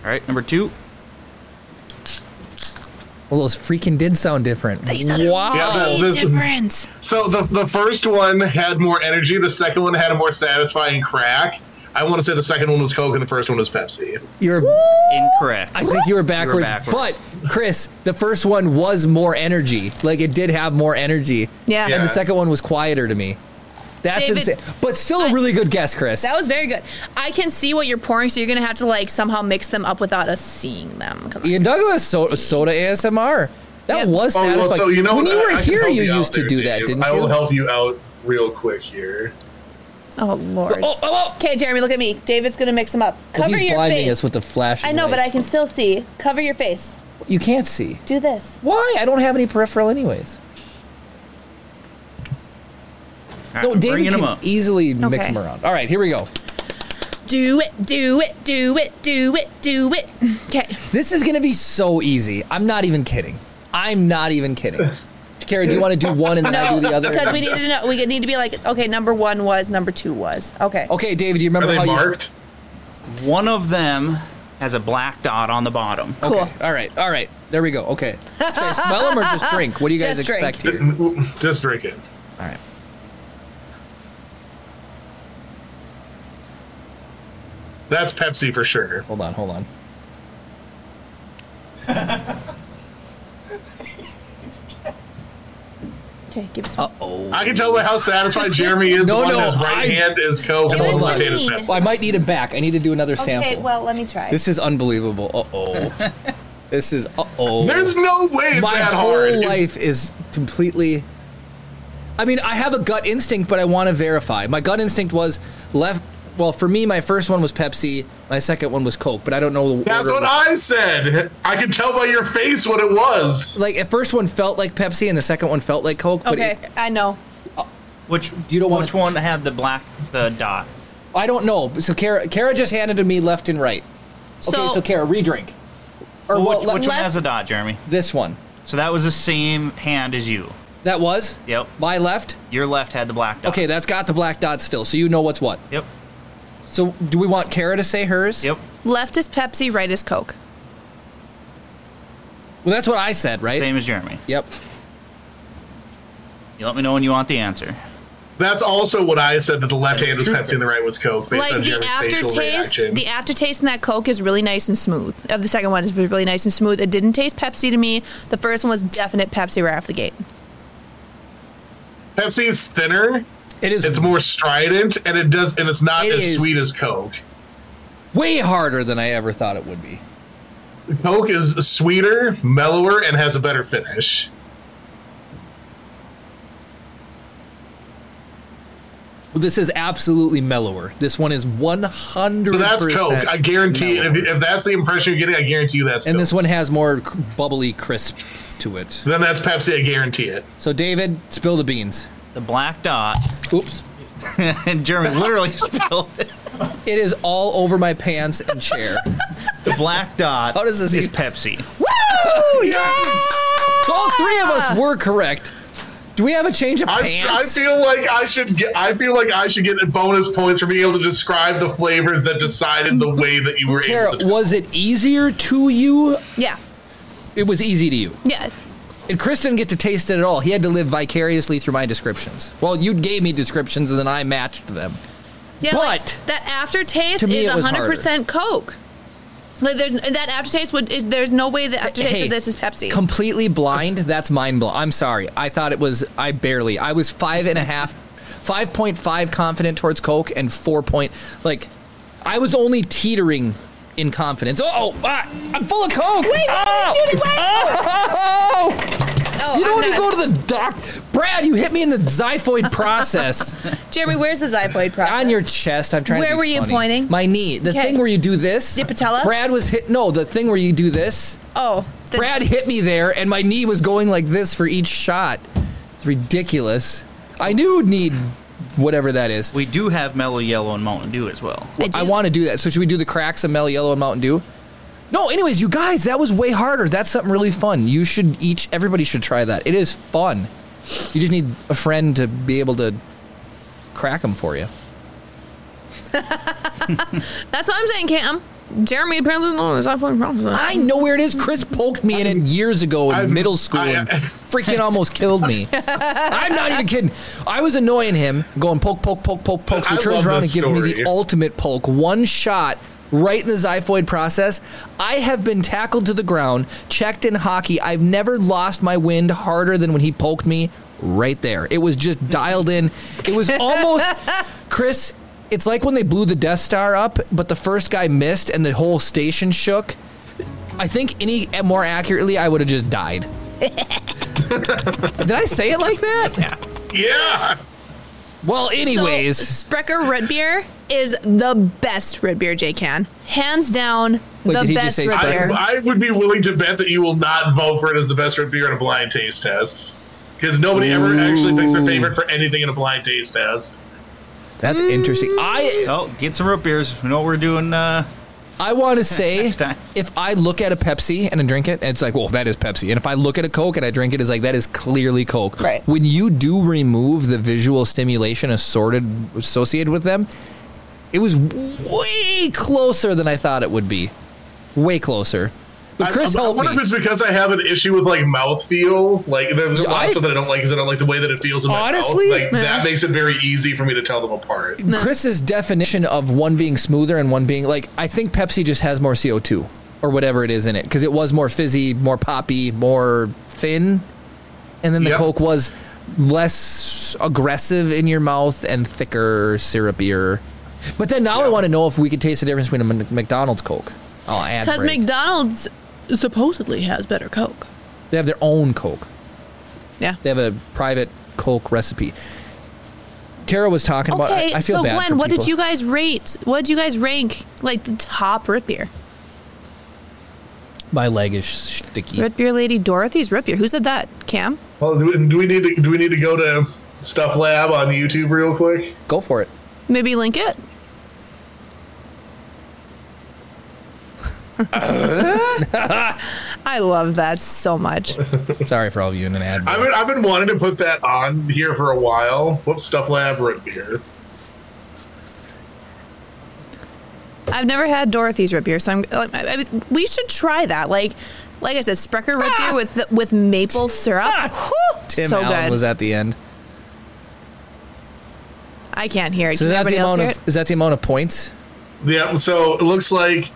B: All right, number two.
D: Well, those freaking did sound different. wow.
C: Yeah, this-
A: different.
C: So the, the first one had more energy. The second one had a more satisfying crack. I want to say the second one was Coke and the first one was Pepsi.
D: You're.
B: Incorrect.
D: I think you were backwards,
B: backwards.
D: But Chris, the first one was more energy. Like it did have more energy.
A: Yeah.
D: And
C: Yeah.
D: the second one was quieter to me. That's
A: David-
D: insane. But still a really good guess, Chris.
A: That was very good. I can see what you're pouring, so you're gonna have to like somehow mix them up without us seeing them. Come on.
D: Ian Douglas, so, soda ASMR. That
A: Yeah.
D: was
C: Oh, well,
D: satisfying.
C: so you know
D: when
C: what?
D: you
C: I-
D: were
C: I can
D: here,
C: help
D: you
C: out
D: used to
C: there,
D: do that,
C: Dave.
D: didn't
C: I will
D: you?
C: help you out real quick here.
A: Oh lord.
D: Oh, oh,
A: Okay, Jeremy, look at me. David's gonna mix them up.
D: oh.
A: Cover
D: He's
A: your
D: blinding
A: face.
D: us with the flash.
A: I know, but I can still see. Cover your face.
D: You can't see.
A: Do this.
D: Why? I don't have any peripheral, anyways.
B: All right,
D: No,
B: I'm
D: David
B: bringing
D: can
B: 'em up.
D: easily mix
A: Okay.
D: them around. All right, here we go.
A: Do it. Do it. Do it. Do it. Do it. Okay.
D: This is going to be so easy. I'm not even kidding. I'm not even kidding. Kara, do you want to do one and then I do the
A: No,
D: other?
A: because we need to know. We need to be like, okay, number one was, number two was. Okay.
G: Oh,
D: Okay, David, do you
C: Are
D: remember
C: they
D: how
C: marked?
B: One of them has a black dot on the bottom.
D: you? Okay. All right, all right. There we go. Okay. Should I smell them or just drink? What do you guys
A: Just drink.
D: expect here?
C: Just drink it.
D: All right.
C: That's Pepsi for sure.
D: Hold on, hold on.
A: Okay. Give it to me.
D: Uh oh.
C: I can tell by how satisfied Jeremy is.
D: No,
C: the one
D: no,
C: his right
D: I-
C: hand is Coke and the
D: Hold
C: left
D: on.
C: hand is
A: Well,
C: Pepsi.
D: Well, I might need him back. I need to do another sample.
A: Okay. Well, let me try.
D: This is unbelievable. Uh oh. this is uh oh.
C: There's no way it's
D: my
C: that
D: whole
C: hard.
D: life is completely i mean i have a gut instinct but i want to verify my gut instinct was left well for me my first one was pepsi my second one was coke but i don't know the
C: That's
D: order
C: what
D: of-
C: I said. I can tell by your face what it was.
D: like at first one felt like pepsi and the second one felt like coke but
A: okay.
D: it,
A: I know.
B: Which
D: You don't wanna-
B: Which one had the black the dot?
D: i don't know so kara kara just handed to me left and right okay
A: So-
D: so kara redrink or
B: Well,
D: what
B: which
D: le-
B: which one
D: left-
B: has a dot, Jeremy?
D: this one
B: So that was the same hand as you.
D: that was
B: Yep.
D: my left
B: Your left had the black dot.
D: okay that's got the black dot still so you know what's what
B: Yep.
D: So do we want Kara to say hers?
B: Yep.
G: Left is Pepsi, right is Coke.
D: Well, that's what I said, right?
B: Same as Jeremy.
D: Yep.
B: You let me know when you want the answer.
C: That's also what I said that the left hand was Pepsi and the right was Coke. Based on
G: like the
C: Jeremy's facial
G: aftertaste,
C: reaction.
G: the aftertaste in that Coke is really nice and smooth. Of the second one is really nice and smooth. It didn't taste Pepsi to me. The first one was definite Pepsi right off the gate.
C: Pepsi is thinner,
D: It is
C: it's more strident, and it does, and it's not
D: It
C: as
D: is-
C: sweet as Coke.
D: way harder than I ever thought it would be.
C: Coke is sweeter, mellower, and has a better finish.
D: Well, this is absolutely mellower. This one is 100
C: So that's Coke. I guarantee. If, if that's the impression you're getting, I guarantee you that's.
D: And
C: Coke.
D: this one has more c- bubbly crisp to it.
C: then that's Pepsi. I guarantee it.
D: So David, spill the beans.
B: The black dot.
D: Oops.
B: And Jeremy literally spilled it.
D: It is all over my pants and chair.
B: The black dot
D: How does this
B: is
D: eat-
B: Pepsi.
D: so all three of us were correct. Do we have a change of
C: I, I
D: pants?
C: feel like I should get. I feel like I should get bonus points for being able to describe the flavors that decided the way that you were
D: Kara,
C: able to.
D: was it easier to you?
G: Yeah,
D: It was easy to you.
G: yeah.
D: And Chris didn't get to taste it at all. He had to live vicariously through my descriptions. Well, you gave me descriptions and then I matched them.
G: Yeah, like,
D: But-
G: that aftertaste
D: To me,
G: is
D: it was
G: hundred percent Coke. Like there's that aftertaste would is there's no way the aftertaste
D: Hey,
G: of this is Pepsi.
D: Completely blind? That's mind blowing. I'm sorry. I thought it was, I barely. I was five and a half, 5.5 confident towards Coke and four point, like, I was only teetering in confidence. Oh, ah, I'm full of Coke. Wait, oh,
G: shooting blank?
D: Oh,
G: oh,
D: you don't want
G: I'm
D: to
G: not-
D: go to the doc. Brad, you hit me in the xiphoid process.
G: Jeremy, where's the xiphoid product?
D: on your chest. I'm trying. to
G: Where
D: be
G: were you
D: funny.
G: pointing?
D: My knee. The
G: Okay.
D: thing where you do this.
G: Your patella?
D: Brad was hit. No, the thing where you do this.
G: oh, the-
D: Brad hit me there, and my knee was going like this for each shot. It's ridiculous. I knew need whatever that is.
B: We do have Mellow Yellow and Mountain Dew as well.
G: I do.
D: I want to do that. So should we do the cracks of Mel Yellow and Mountain Dew? No. Anyways, you guys, that was way harder. That's something really fun. You should each. Everybody should try that. It is fun. You just need a friend to be able to crack them for you.
G: That's what I'm saying, Cam. Jeremy apparently knows the xiphoid process.
D: I know where it is. Chris poked me in it years ago in
C: I'm-
D: middle school
C: I-
D: and freaking almost killed me. I'm not even kidding. I was annoying him, going poke, poke, poke, poke, poke. So he
C: I
D: turns
C: love
D: around and
C: this
D: gives me the
C: story.
D: ultimate poke, one shot. Right in the xiphoid process, I have been tackled to the ground, checked in hockey. I've never lost my wind harder than when he poked me right there. It was just dialed in. It was almost, Chris, it's like when they blew the Death Star up, but the first guy missed and the whole station shook. I think any more accurately, I would have just died. Did I say it like that?
C: Yeah.
D: Well, anyways,
G: So, Sprecher red beer is the best red beer Jay can. Hands down,
D: Wait,
G: the
D: did he just
G: best
D: say
G: red
D: Sprecher?
G: beer.
C: I, I would be willing to bet that you will not vote for it as the best red beer in a blind taste test. Because nobody ever actually picks their favorite for anything in a blind taste test.
D: that's
C: Mm.
D: interesting. I
B: Oh, get some root beers. We know what we're doing. Uh,
D: I want to say
B: Next time.
D: if I look at a Pepsi and I drink it, it's like, well, that is Pepsi. And if I look at a Coke and I drink it, it's like that is clearly Coke.
G: Right.
D: When you do remove the visual stimulation assorted associated with them, it was way closer than I thought it would be. Way closer. But Chris
C: I, I, I
D: helped
C: wonder
D: me.
C: if it's because I have an issue with like mouthfeel. Like there's a lot
D: I-
C: of stuff that I don't like because I don't like the way that it feels in my
D: Honestly?
C: mouth. Like that makes it very easy for me to tell them apart.
D: Chris's definition of one being smoother and one being like I think Pepsi just has more CO2 or whatever it is in it because it was more fizzy, more poppy, more thin, and then the
C: Yep.
D: Coke was less aggressive in your mouth and thicker, syrupier. But then now I want to know if we could taste the difference between a Mc- McDonald's Coke. Oh, ad
G: Because
D: break.
G: McDonald's supposedly has better Coke.
D: they have their own Coke.
G: Yeah.
D: They have a private Coke recipe. Kara was talking about. I,
G: Okay,
D: I feel
G: so
D: bad. for
G: Gwen, what did
D: people.
G: you guys rate? What did you guys rank like the top red beer?
D: My leg is sticky.
G: Red beer lady Dorothy's red beer. Who said that? Cam?
C: Well, do we, do we need to do we need to go to Stuff Lab on YouTube real quick?
D: Go for it.
G: Maybe link it. I love that so much.
D: Sorry for all of you in an ad.
C: I've been, I've been wanting to put that on here for a while. Whoops, Stuff Lab root beer.
A: I've never had Dorothy's root beer, so I'm. I, I, we should try that. Like, like I said, Sprecher root beer with the, with maple syrup. Whew,
D: Tim
A: so
D: Allen
A: good.
D: was at the end.
A: I can't hear it.
D: So is
A: Can
D: that
A: everybody
D: the
A: else
D: amount
A: hear
D: of is that the amount of points?
C: Yeah, so it looks like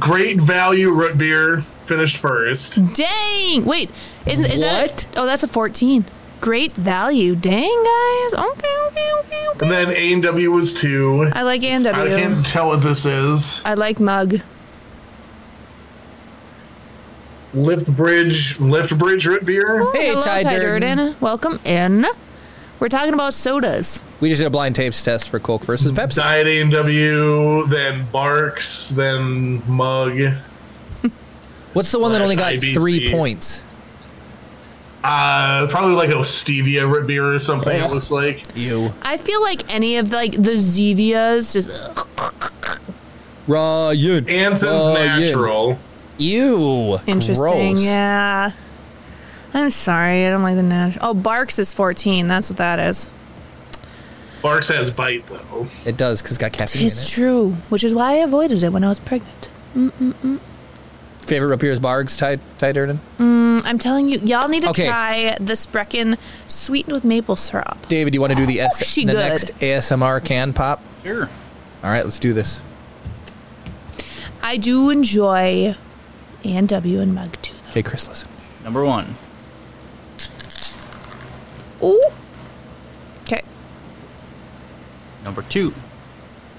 C: great value root beer finished first.
A: it? Dang! Wait, isn't is
D: What?
A: that? A, oh, that's a fourteen. Great value. Dang, guys. Okay, okay, okay, okay.
C: And then A&W was two.
A: I like
C: I
A: A&W.
C: can't tell what this is.
A: I like Mug.
C: Lift Bridge, Lift Bridge root beer.
D: Hey,
A: Hello,
D: Ty Durden.
A: Welcome in. We're talking about sodas.
D: We just did a blind tapes test for Coke versus
A: Mm-hmm.
D: Pepsi.
C: Diet A&W, then Barks, then Mug.
D: What's the one that only got
C: Slash IBC.
D: three points?
C: Uh, probably like a stevia root beer or something. It looks like
D: You
A: I feel like any of like the Zevias just.
D: Ryan.
C: Anthem's
D: Ryan.
C: natural.
D: Ew.
A: Interesting.
D: Gross.
A: Yeah. I'm sorry. I don't like the natural. Oh, Barks is 14. That's what that is.
C: Barks has bite though.
D: It does because it's got caffeine
A: It's
D: in
A: true, which is why I avoided it when I was pregnant.
D: it. Favorite root beer is Bargs. Ty Ty Durden.
A: Mm, I'm telling you, y'all need to
D: Okay.
A: try the Sprecken sweetened with maple syrup.
D: David, you want to do the S-
A: Oh, She
D: the
A: good.
D: next ASMR can pop?
B: Sure.
D: All right, let's do this.
A: I do enjoy A&W and Mug too.
D: Okay, Chris, listen.
B: Number one.
A: Though. Ooh. Okay.
B: Number two.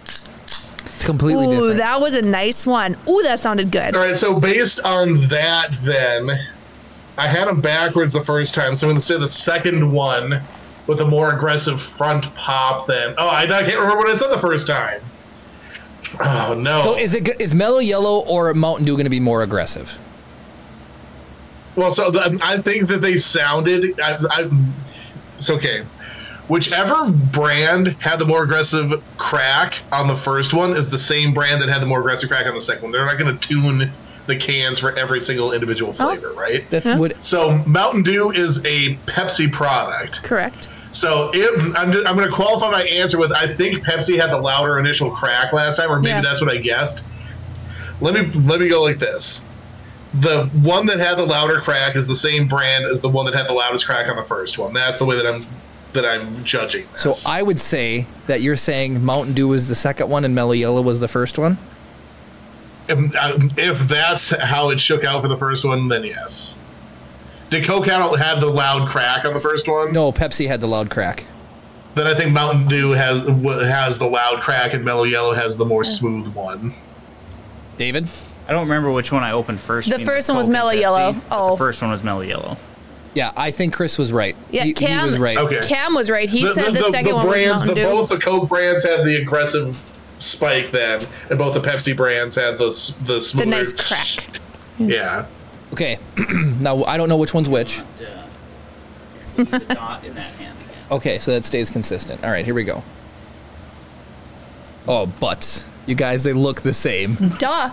D: It's completely
A: Ooh,
D: different.
A: that was a nice one. Ooh, that sounded good.
C: All right, so based on that, then I had them backwards the first time. So instead of second one with a more aggressive front pop, then oh, I, I can't remember what I said the first time. Oh no!
D: so is it go- is Mellow Yellow or Mountain Dew going to be more aggressive?
C: Well, so the, I think that they sounded. I, I, it's okay. Whichever brand had the more aggressive crack on the first one is the same brand that had the more aggressive crack on the second one. They're not going to tune the cans for every single individual flavor,
D: Oh.
C: right?
D: That would
C: so Mountain Dew is a Pepsi product.
A: Correct.
C: So it, I'm, just, I'm going to qualify my answer with I think Pepsi had the louder initial crack last time, or maybe
A: Yeah.
C: that's what I guessed. Let me let me go like this: the one that had the louder crack is the same brand as the one that had the loudest crack on the first one. That's the way that I'm that I'm judging. This.
D: so I would say that you're saying Mountain Dew was the second one and Mellow Yellow was the first one.
C: If, um, if that's how it shook out for the first one, then yes. Did Coke had, had the loud crack on the first one?
D: No, Pepsi had the loud crack.
C: Then I think Mountain Dew has wha- has the loud crack, and Mellow Yellow has the more smooth one.
D: David,
B: I don't remember which one I opened first.
A: The
B: being
A: first one was
B: Coke and
A: Mellow
B: Pepsi,
A: Yellow.
B: but
A: Oh.
B: The first one was Mellow Yellow.
D: yeah, I think Chris was right.
A: Yeah,
D: he, he
A: Cam-
D: was right.
C: Okay.
A: Cam was right. He said the, second one was
C: brands,
A: Mountain
C: the,
A: Dew.
C: Both the Coke brands had the aggressive spike then, and both the Pepsi brands had the s- the
A: the
C: smoother,
A: nice crack.
C: Yeah.
D: Okay, now I don't know which one's which. Okay, so that stays consistent. All right, here we go. Oh, but you guys, they look the same.
A: Duh.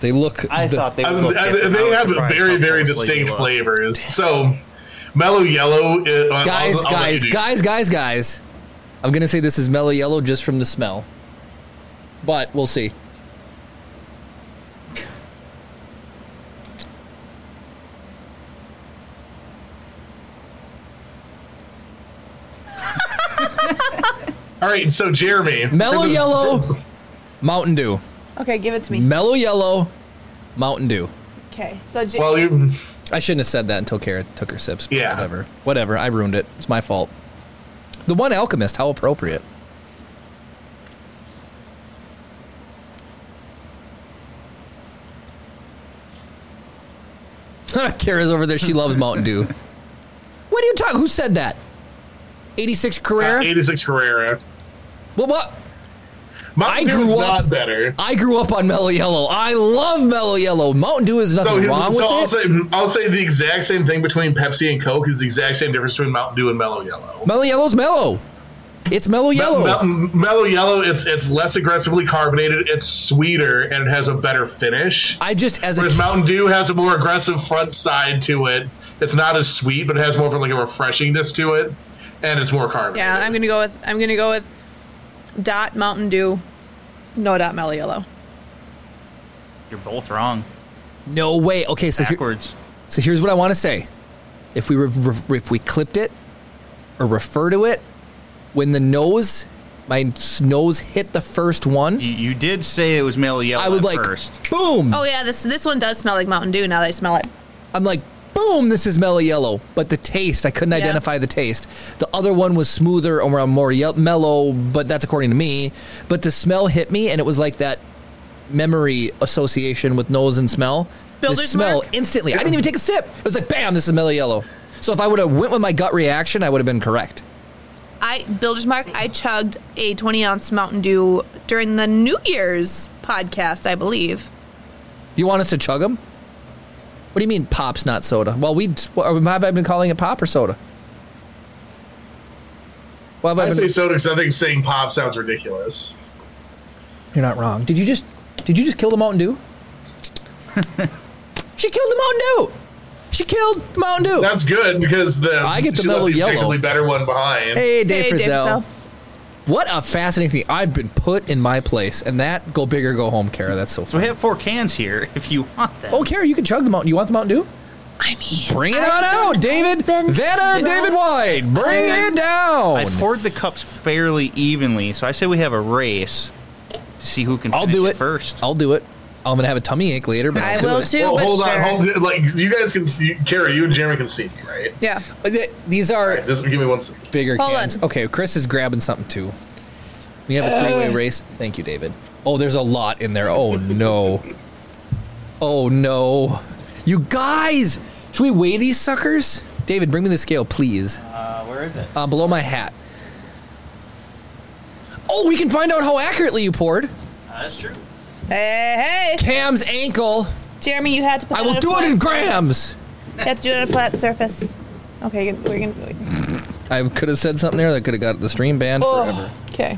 D: They look.
B: I
D: the-
B: thought they
C: I-
B: would look
C: I-
B: different. I
C: they
B: was
C: have
B: surprised
C: very
B: how
C: very
B: closely they
C: distinct
B: look.
C: flavors. So, Mellow Yellow. Is, I'll-
D: guys,
C: I'll- I'll let
D: guys,
C: you do-
D: guys, guys, guys. I'm gonna say this is mellow yellow just from the smell, but we'll see.
C: All right, so Jeremy,
D: Mellow yellow, Mountain Dew.
A: Okay, give it to me.
D: Mellow yellow, Mountain Dew.
A: Okay, so J-
C: Well, you
D: I shouldn't have said that until Kara took her sips. but
C: Yeah.
D: Whatever. Whatever. I ruined it. It's my fault. The one alchemist. How appropriate. Kara's over there. She loves Mountain Dew. What are you talking? Who said that? 86 Carrera.
C: eighty six Carrera.
D: what? What?
C: Mountain
D: I
C: Dew is
D: grew up-
C: not better.
D: I grew up on Mellow Yellow. I love Mellow Yellow. Mountain Dew is
C: So,
D: nothing
C: here-
D: wrong
C: so
D: with
C: I'll
D: it.
C: say I'll say the exact same thing between Pepsi and Coke is the exact same difference between Mountain Dew and Mellow Yellow.
D: mellow Yellow's mellow. It's Mellow Yellow.
C: Mel- mellow yellow. It's it's less aggressively carbonated. It's sweeter and it has a better finish.
D: I just as a
C: Whereas
D: kid-
C: Mountain Dew has a more aggressive front side to it. It's not as sweet, but it has more of like a refreshingness to it, and it's more carbonated.
A: yeah, I'm gonna go with I'm gonna go with dot Mountain Dew, no dot Mellow Yellow.
B: You're both wrong.
D: No way. Okay, so here-
B: Backwards.
D: So here's what I want to say: if we re- re- if we clipped it or refer to it, when the nose, my s- nose hit the first one,
B: You, you did say it was male yellow
D: I would
B: at
D: like
B: first.
D: boom.
A: Oh yeah, this this one does smell like Mountain Dew. Now that I smell it,
D: I'm like boom. This is mellow yellow, but the taste I couldn't
A: Yeah.
D: identify the taste. The other one was smoother and were more ye- mellow, but that's according to me. But the smell hit me, and it was like that memory association with nose and smell. the
A: Builder's
D: smell
A: mark?
D: instantly. I didn't even take a sip. It was like bam. This is mellow yellow. So if I would have went with my gut reaction, I would have been correct.
A: I Builder's Mark. I chugged a 20 ounce Mountain Dew during the New Year's podcast, I believe.
D: You want us to chug them? What do you mean pop's not soda? Well, we well, have I been calling it pop or soda? Well,
C: I
D: have I
C: say
D: been,
C: soda because I think saying pop sounds ridiculous.
D: you're not wrong. Did you just did you just kill the Mountain Dew? she killed the Mountain Dew. She killed Mountain Dew.
C: That's good because the
D: Oh. I get the
C: she left
D: mellow yellow.
C: objectively better one behind.
D: hey, Dave
A: Hey, Dave
D: Frizzell.
A: Frizzell.
D: What a fascinating thing! I've been put in my place, and that go big or go home, Kara. That's so
B: So we
D: funny.
B: have four cans here if you want them.
D: Oh, Kara, you can chug the Mountain. You want the Mountain Dew?
A: I mean,
D: Bring it
A: I've
D: on out,
A: been-
D: David.
A: I've been-
D: Vanna, David White. Bring
B: I-
D: it down.
B: I poured the cups fairly evenly, so I say we have a race to see who can
D: I'll
B: finish
D: do it
B: first.
D: I'll do it. I'm gonna have a tummy ache later, but
A: I
D: I'll
A: will
D: do it.
A: too.
C: well,
A: but
C: hold
A: sure.
C: on, hold it. Like you guys can, you, Carrie, you and Jeremy can see me, right?
A: Yeah.
D: Uh, th- These are
C: Just give me one second.
D: bigger
A: Hold
D: cans.
A: on.
D: Okay, Chris is grabbing something too. We have a three-way race. Thank you, David. Oh, there's a lot in there. Oh no. oh no. You guys, should we weigh these suckers? David, bring me the scale, please.
B: Uh, where is it?
D: Uh, below my hat. Oh, we can find out how accurately you poured.
B: Uh, that's true.
A: Hey, hey,
D: Cam's ankle.
A: Jeremy, you had to. Put
D: I
A: on
D: will
A: a
D: do it
A: flat-
D: in grams.
A: You have to do it on a flat surface. Okay, you're gonna- we're gonna.
D: I could have said something there that could have got the stream banned forever.
A: Oh, okay.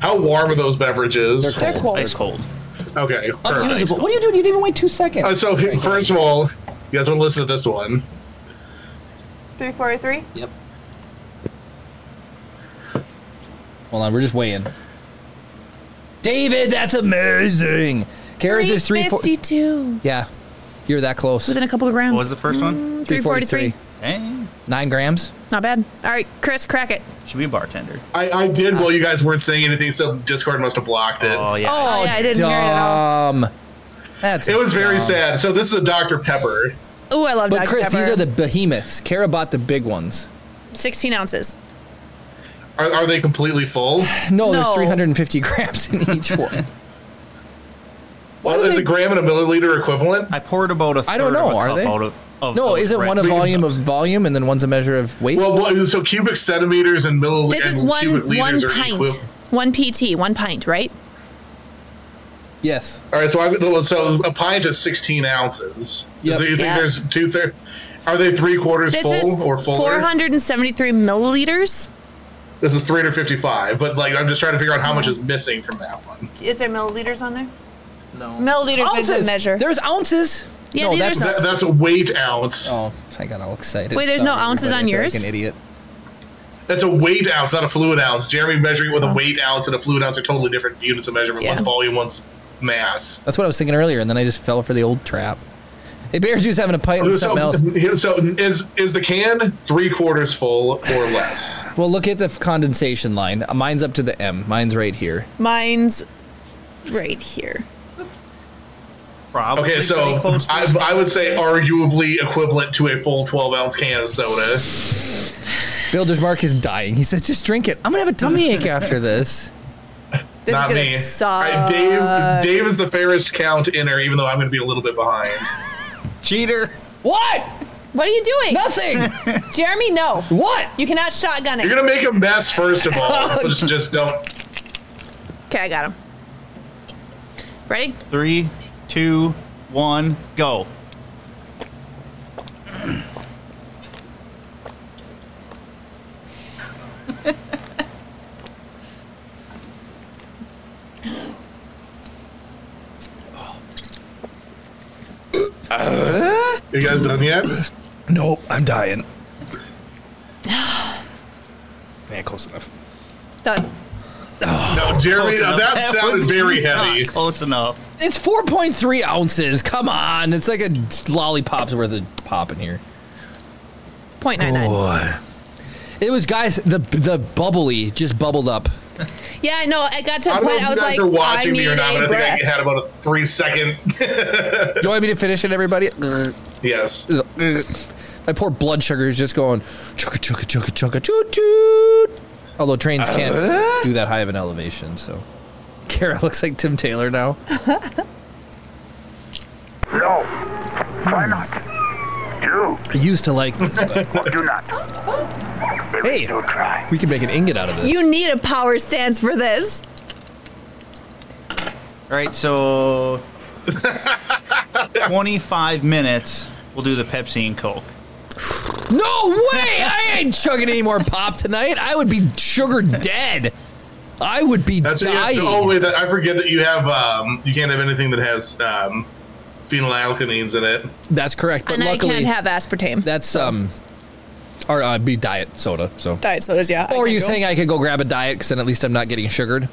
C: How warm are those beverages?
A: They're cold.
B: Ice cold.
C: Okay, perfect.
D: Unusable. What are you doing? You didn't even wait two seconds.
C: Uh, so he- first of all, you guys want to listen to this one?
A: Three, four, three.
D: yep. Hold on, we're just weighing. David, that's amazing. Kara's is three four.
A: 352.
D: Yeah, you're that close.
A: Within a couple of grams.
B: What was the first
D: Mm.
B: one?
A: 343.
B: Dang.
D: Nine grams.
A: Not bad. All right, Chris, crack it.
B: Should be a bartender.
C: I, I did while you guys weren't saying anything, so Discord must have blocked it.
B: Oh, yeah.
A: Oh, yeah, I didn't hear it at all.
D: Dumb. That's
C: it was very
D: dumb.
C: sad. So this is a Dr Pepper.
A: Ooh, I love
D: But
A: Dr.
D: Chris,
A: Pepper.
D: these are the behemoths. Kara bought the big ones.
A: 16 ounces.
C: Are, are they completely full?
D: No,
A: No.
D: there's 350 grams in each one.
C: Well,
D: do
C: is
D: they-
C: a gram and a milliliter equivalent?
B: I poured about a third
D: I don't
B: of
D: know.
B: a
D: Are
B: cup
D: they?
B: out of, of
D: no,
B: those
D: isn't
B: red
D: one a
B: beans.
D: volume of volume and then one's a measure of weight?
C: Well, well, so cubic centimeters and milliliters.
A: This is one one pint. One PT, one pint, right?
D: yes.
C: All right, so I, so a pint is sixteen ounces.
D: Yep.
C: So you think
A: Yeah.
C: there's two thirds? Are they three quarters
A: This is
C: full or fuller?
A: 473 milliliters.
C: This is three hundred fifty-five. But like, I'm just trying to figure out how much is missing from that one.
A: Is there milliliters on there? No. Milliliters is a measure.
D: There's ounces.
A: Yeah,
D: no,
A: these are
D: that's
A: some-
C: That, that's a weight ounce.
D: Oh, I got all excited.
A: Wait, there's no
D: Sorry,
A: ounces
D: everybody.
A: on
D: I feel
A: yours?
D: Like an idiot.
C: That's a weight ounce, not a fluid ounce. Jeremy measuring it with a weight ounce and a fluid ounce are totally different units of measurement.
A: Yeah.
C: One's volume, one's mass.
D: That's what I was thinking earlier, and then I just fell for the old trap. Hey, Bear Jew's having a pint and something else.
C: so, so is is the can three quarters full or less?
D: Well, look at the f- condensation line. Uh, Mine's up to the M. Mine's right here.
A: Mine's right here.
B: Probably
C: Okay, so
B: pretty close to
C: I,
B: it.
C: I would say arguably equivalent to a full 12 ounce can of soda.
D: Builder's Mark is dying. He says, "Just drink it. I'm gonna have a tummy ache after this."
A: This
C: Not
A: is gonna
C: me.
A: suck.
C: I- Dave, Dave is the fairest count inner, even though I'm going to be a little bit behind.
B: cheater.
D: What?
A: What are you doing?
D: Nothing.
A: Jeremy, no.
D: what?
A: You cannot shotgun
C: You're
A: it.
C: going to make a mess, first of all. just, just don't.
A: Okay, I got him. Ready?
B: Three, two, one, go.
C: You guys done yet?
D: No, I'm dying. yeah, close enough.
A: Done.
C: No, Jeremy,
B: Close
C: now
B: enough.
C: that, sound is
B: was
C: very
B: not
C: heavy.
B: Close enough.
D: It's 4.3 ounces. Come on. It's like a lollipop's worth of pop in here.
A: Point nine nine.
D: It was, guys, the the bubbly just bubbled up.
A: Yeah, I know. I got to
C: I
A: a
C: don't know
A: point.
C: if
A: I
C: you
A: was like,
C: guys are
A: I
C: watching
A: need
C: me or
A: a
C: not, but I think
A: breath.
C: I had about a three second.
D: Do you want me to finish it, everybody?
C: yes.
D: My poor blood sugar is just going chugga chugga chugga chugga choo choo. Although trains can't do that high of an elevation, so. Kara looks like Tim Taylor now.
H: No. Try not. Do.
D: Hmm. I used to like this, but
H: Do not. Maybe
D: Hey.
H: do try.
D: we can make an ingot out of this.
A: You need a power stance for this.
B: All right, so 25 minutes. We'll do the Pepsi and Coke.
D: No way! I ain't chugging any more pop tonight. I would be sugar dead. I would be
C: That's what
D: dying.
C: you have, oh wait, that, I forget that you have um, you can't have anything that has um, phenylalkanines in it.
D: That's correct. But
A: And I
D: luckily,
A: can't have aspartame.
D: that's um, or uh, be diet soda. So,
A: Diet sodas, yeah. I
D: or are
A: can
D: you
A: go.
D: saying I could go grab a diet because then at least I'm not getting sugared?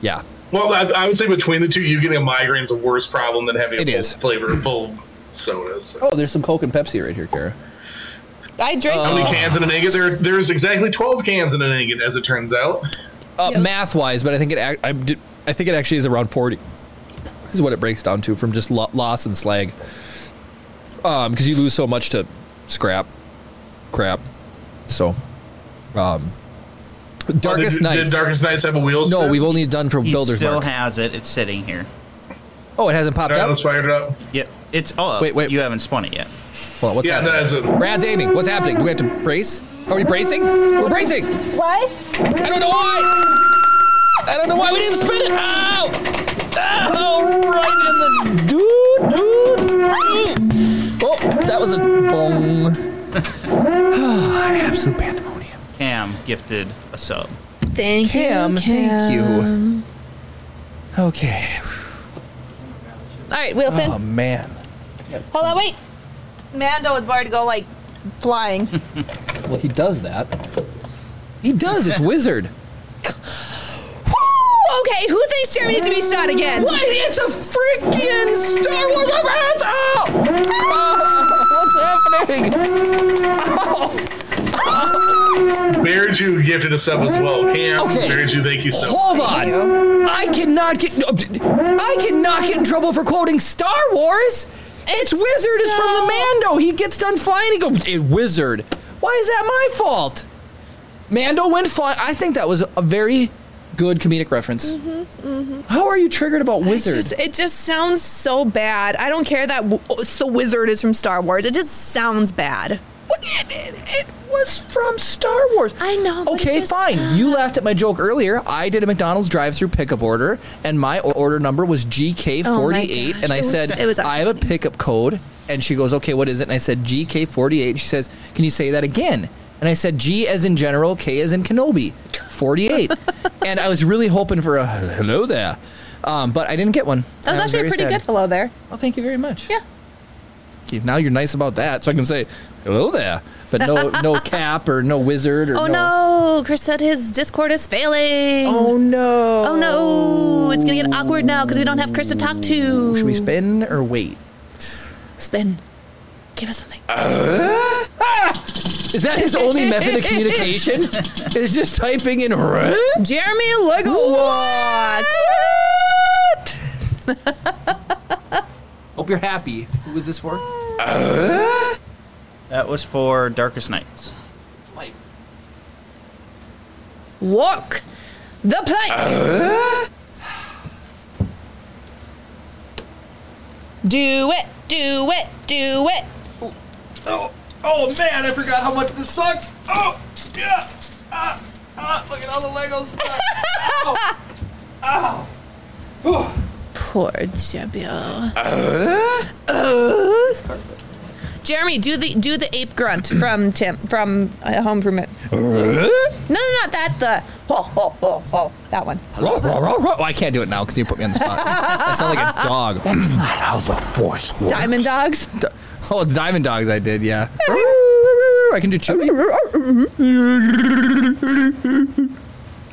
D: Yeah.
C: Well, I, I would say between the two, you getting a migraine is a worse problem than having
D: It
C: a full
D: is.
C: flavor full sodas.
D: Oh, there's some Coke and Pepsi right here, Kara.
A: I drink.
C: How
D: uh,
C: many cans in an ingot? There, there's exactly twelve cans in an ingot, as it turns out. Oh,
D: Uh, Math wise, but I think it ac- I, did- I think it actually is around forty. Is what it breaks down to from just lo- loss and slag. Um, because you lose so much to scrap, crap. So, um, darkest
C: Oh, did,
D: nights.
C: Did Darkest Nights have a wheel?
D: no,
C: spin?
D: we've only done for
B: He
D: builders
B: still
D: mark.
B: has it. It's sitting here.
D: oh, it hasn't popped
C: All right,
D: up.
C: let's fire it up.
B: Yep. It's oh
D: Wait, wait.
B: You haven't spun it yet.
D: Hold on, what's
C: Yeah,
D: happening?
C: that's it.
D: Brad's aiming. What's happening? Do we have to brace? Are we bracing? We're bracing.
G: Why?
D: I don't know why. I don't know why we didn't spin it. Ow! Ow! Right in the dude, dude. Oh, that was a bong. Absolute pandemonium.
B: Cam gifted a sub.
A: Thank
D: Cam,
A: you,
D: thank you. Okay.
A: All right, Wilson.
D: Oh man.
A: Hold on, wait. Mando is about to go like flying.
D: Well, he does that. He does. It's wizard.
A: Woo! Okay, who thinks Jeremy needs to be shot again?
D: Why? It's a freaking Star Wars reference! Oh! Oh, what's happening?
C: Married you gifted a sub as well. Cam,
D: Okay.
C: married you, thank you so much.
D: Hold on. I cannot get no, d- I cannot get in trouble for quoting Star Wars. It's, Wizard is from the Mando. He gets done flying. He goes, "Eh, Wizard. Why is that my fault? Mando went flying. I think that was a very good comedic reference. How are you triggered about Wizard?
A: Just- it just sounds so bad. I don't care that w- oh, so wizard is from Star Wars. It just sounds bad.
D: What- it, it- it was from Star Wars.
A: I know, but it
D: Okay,
A: just- uh.
D: fine. You laughed at my joke earlier. I did a McDonald's drive-through pickup order, and my o- order number was GK48,
A: Oh my
D: and
A: gosh,
D: I
A: it was-
D: said
A: it was
D: I have a pickup code, and she goes, "Okay, what is it?" And I said GK48. and She says, "Can you say that again?" And I said G as in general, K as in Kenobi, 48. and I was really hoping for a hello there, um, but I didn't get one.
A: That was
D: And I
A: actually
D: very
A: pretty
D: sad.
A: good hello there.
D: Well, thank you very much.
A: Yeah.
D: Thank you. Now you're nice about that, so I can say hello there, but no, no cap or no wizard or
A: Oh no, Chris said his Discord is failing.
D: Oh no!
A: Oh, no, it's gonna get awkward now because we don't have Chris to talk to.
D: Should we spin or wait?
A: spin? Give us something.
D: Is that his only method of communication? Is just typing in "Huh?"
A: Jeremy Lego.
D: what? Hope you're happy. Who was this for?
B: That was for Darkest Nights.
D: Mike.
A: Walk the plank. do it, do it, do it.
D: Oh, oh man! I forgot how much this sucks. Oh, yeah. Ah, ah, look at all the Legos. Ah, ow. Ow. Whew.
A: Poor Jebio. Jeremy, do the do the ape grunt from Tim from uh, Home Improvement. No, no, not that. The ho ho ho ho. That one.
D: Ruh, ruh, ruh, ruh. Oh, I can't do it now because you put me on the spot. I sound like a dog.
E: That's not how the force works.
A: Diamond dogs.
D: Oh, the Diamond Dogs, I did, yeah. I can do Chewie.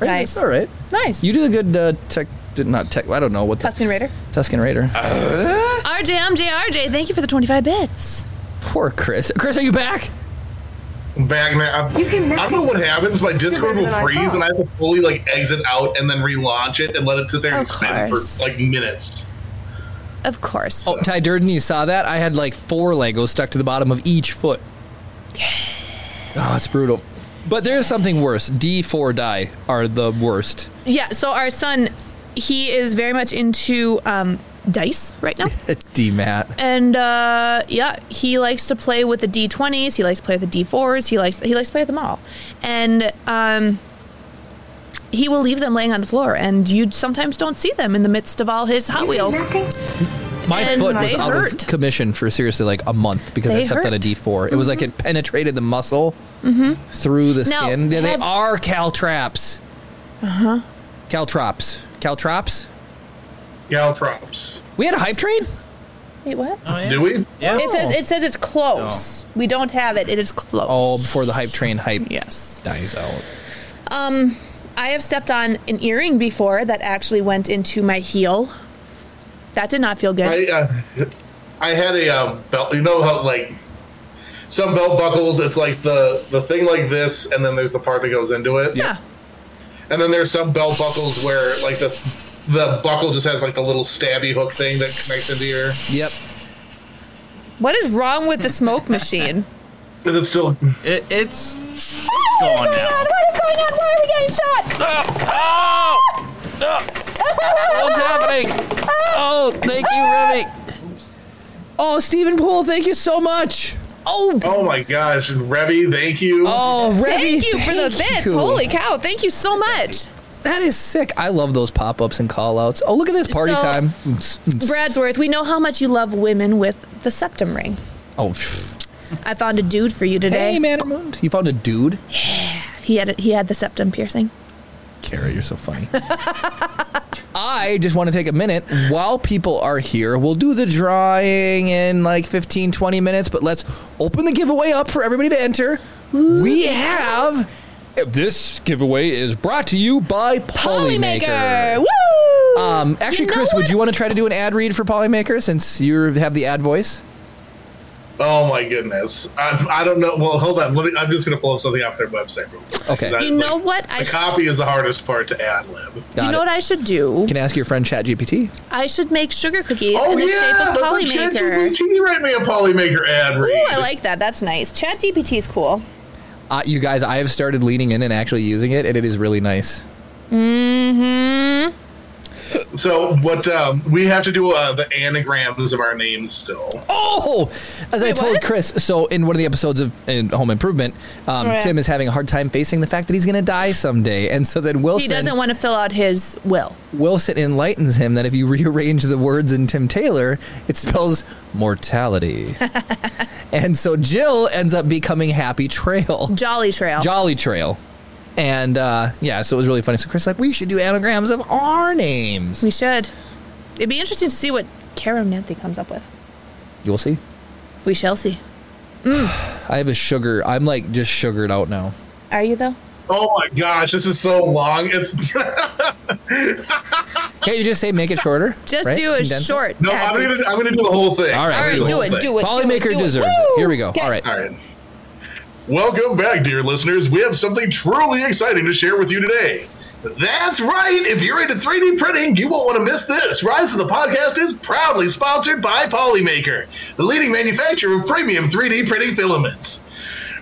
D: Right,
A: Nice.
D: All right.
A: Nice.
D: You did a good uh, tech. did- Not tech. I don't know what the
A: Tuscan Raider.
D: Tuscan Raider.
A: RJ, MJ, RJ, thank you for the 25 bits.
D: Poor Chris. Chris, are you back?
C: back now. I,
F: can-
C: I don't know what happens. My Discord will
F: than I
C: freeze,
F: thought.
C: and I have to fully like exit out and then relaunch it and let it sit there and
A: Of
C: spin
A: course.
C: for like minutes.
A: Of course.
D: Oh, Ty Durden, you saw that? I had like four Legos stuck to the bottom of each foot. Oh, it's brutal. But there's something worse. D4 die are the worst.
A: Yeah, so our son, he is very much into um, dice right now.
D: D mat.
A: and uh, yeah, he likes to play with the D20s. He likes to play with the D4s. He likes he likes to play with them all, and um, he will leave them laying on the floor. And you sometimes don't see them in the midst of all his Hot Wheels.
D: My
A: And
D: foot was
A: they
D: out
A: hurt.
D: of commission for seriously like a month because I
A: They
D: stepped on a
A: hurt. Mm-hmm.
D: D4. It was like it penetrated the muscle through the
A: Now,
D: skin. They, they
A: have- Uh-huh.
D: are caltraps. Uh huh. Caltrops. Caltrops?
C: Gal props.
D: We had a hype train?
A: Wait, what?
C: Do we?
B: Yeah.
A: It says it says it's close. We don't have it. It is close.
D: Oh, before the hype train hype
A: Yes.
D: dies out.
A: I have stepped on an earring before that actually went into my heel. That did not feel good.
C: I uh, I had a uh, belt. You know how like some belt buckles, it's like the the thing like this, and then there's the part that goes into it.
A: Yeah.
C: And then there's some belt buckles where like the the buckle just has like the little stabby hook thing that connects into your.
D: Yep.
A: What is wrong with the smoke machine?
C: Is it still?
B: It, it's it's gone now.
A: Oh What is going on? Why are we getting shot?
D: What's happening? Oh, thank you, Remy. Oh, Stephen Poole, thank you so much. Oh,
C: Oh my gosh, and Revy, thank you.
D: oh, Remy.
A: Thank you for the
D: thank
A: bits.
D: you.
A: Holy cow. Thank you so much.
D: That is sick. I love those pop ups and call outs. Oh, look at this party
A: So-
D: time. Mm, mm,
A: Bradsworth, we know how much you love women with the septum ring.
D: Oh, pff.
A: I found a dude for you today.
D: hey, Mannermund. You found a dude?
A: He had it, he had the septum piercing.
D: Kara, you're so funny. I just want to take a minute while people are here. We'll do the drawing in like 15, 20 minutes, but let's open the giveaway up for everybody to enter. we have. This giveaway is brought to you by Polymaker.
A: Woo!
D: Um, actually,
A: You know
D: Chris, would
A: what?
D: you want to try to do an ad read for Polymaker since you have the ad voice?
C: Oh my goodness. I, I don't know. Well, hold on. Let me, I'm just going to pull up something off their website. Real quick.
D: Okay.
C: That-
A: You
C: like,
A: know what? I
C: The
A: sh-
C: copy is the hardest part to ad lib.
D: Got
A: you
D: it.
A: know what I should do?
D: Can I ask your friend ChatGPT?
A: I should make sugar cookies
C: Oh,
A: in the shape of polymaker.
C: ChatGPT write me a polymaker ad read.
A: Ooh, I like that. That's nice. Chat GPT is cool.
D: Uh, you guys, I have started leaning in and actually using it, and it is really nice.
C: So, what um, we have to do uh, the anagrams of our names still.
D: Oh, as I told
A: what?
D: Chris, so in one of the episodes of in Home Improvement, um,
A: yeah.
D: Tim is having a hard time facing the fact that he's going to die someday, and so then
A: He
D: Wilson
A: doesn't want to fill out his will.
D: Wilson enlightens him that if you rearrange the words in Tim Taylor, it spells mortality, and so Jill ends up becoming Happy Trail,
A: Jolly Trail.
D: Jolly Trail, and uh, yeah, so it was really funny. So Chris like, we should do anagrams of our names.
A: we should. It'd be interesting to see what Karen Nanthi comes up with.
D: You'll see.
A: We shall see.
D: I have a sugar. I'm like just sugared out now.
A: Are you though?
C: Oh my gosh, this is so long. It's
D: Can't you just say make it shorter?
A: Just
D: Right?
A: do a
D: Condense it?
A: short.
C: No,
A: ad
C: I'm
A: read.
C: going to I'm gonna do the whole thing.
D: All right,
A: All right,
C: I'm gonna the
A: do
C: whole
A: it,
C: thing.
A: do it.
D: Polymaker
A: do it, do
D: deserves it.
A: Woo!
D: Here we go.
A: Okay.
D: All right.
C: All right. Welcome back, dear listeners. We have something truly exciting to share with you today. That's right. If you're into 3D printing, you won't want to miss this. Rise of the Podcast is proudly sponsored by Polymaker, the leading manufacturer of premium 3D printing filaments.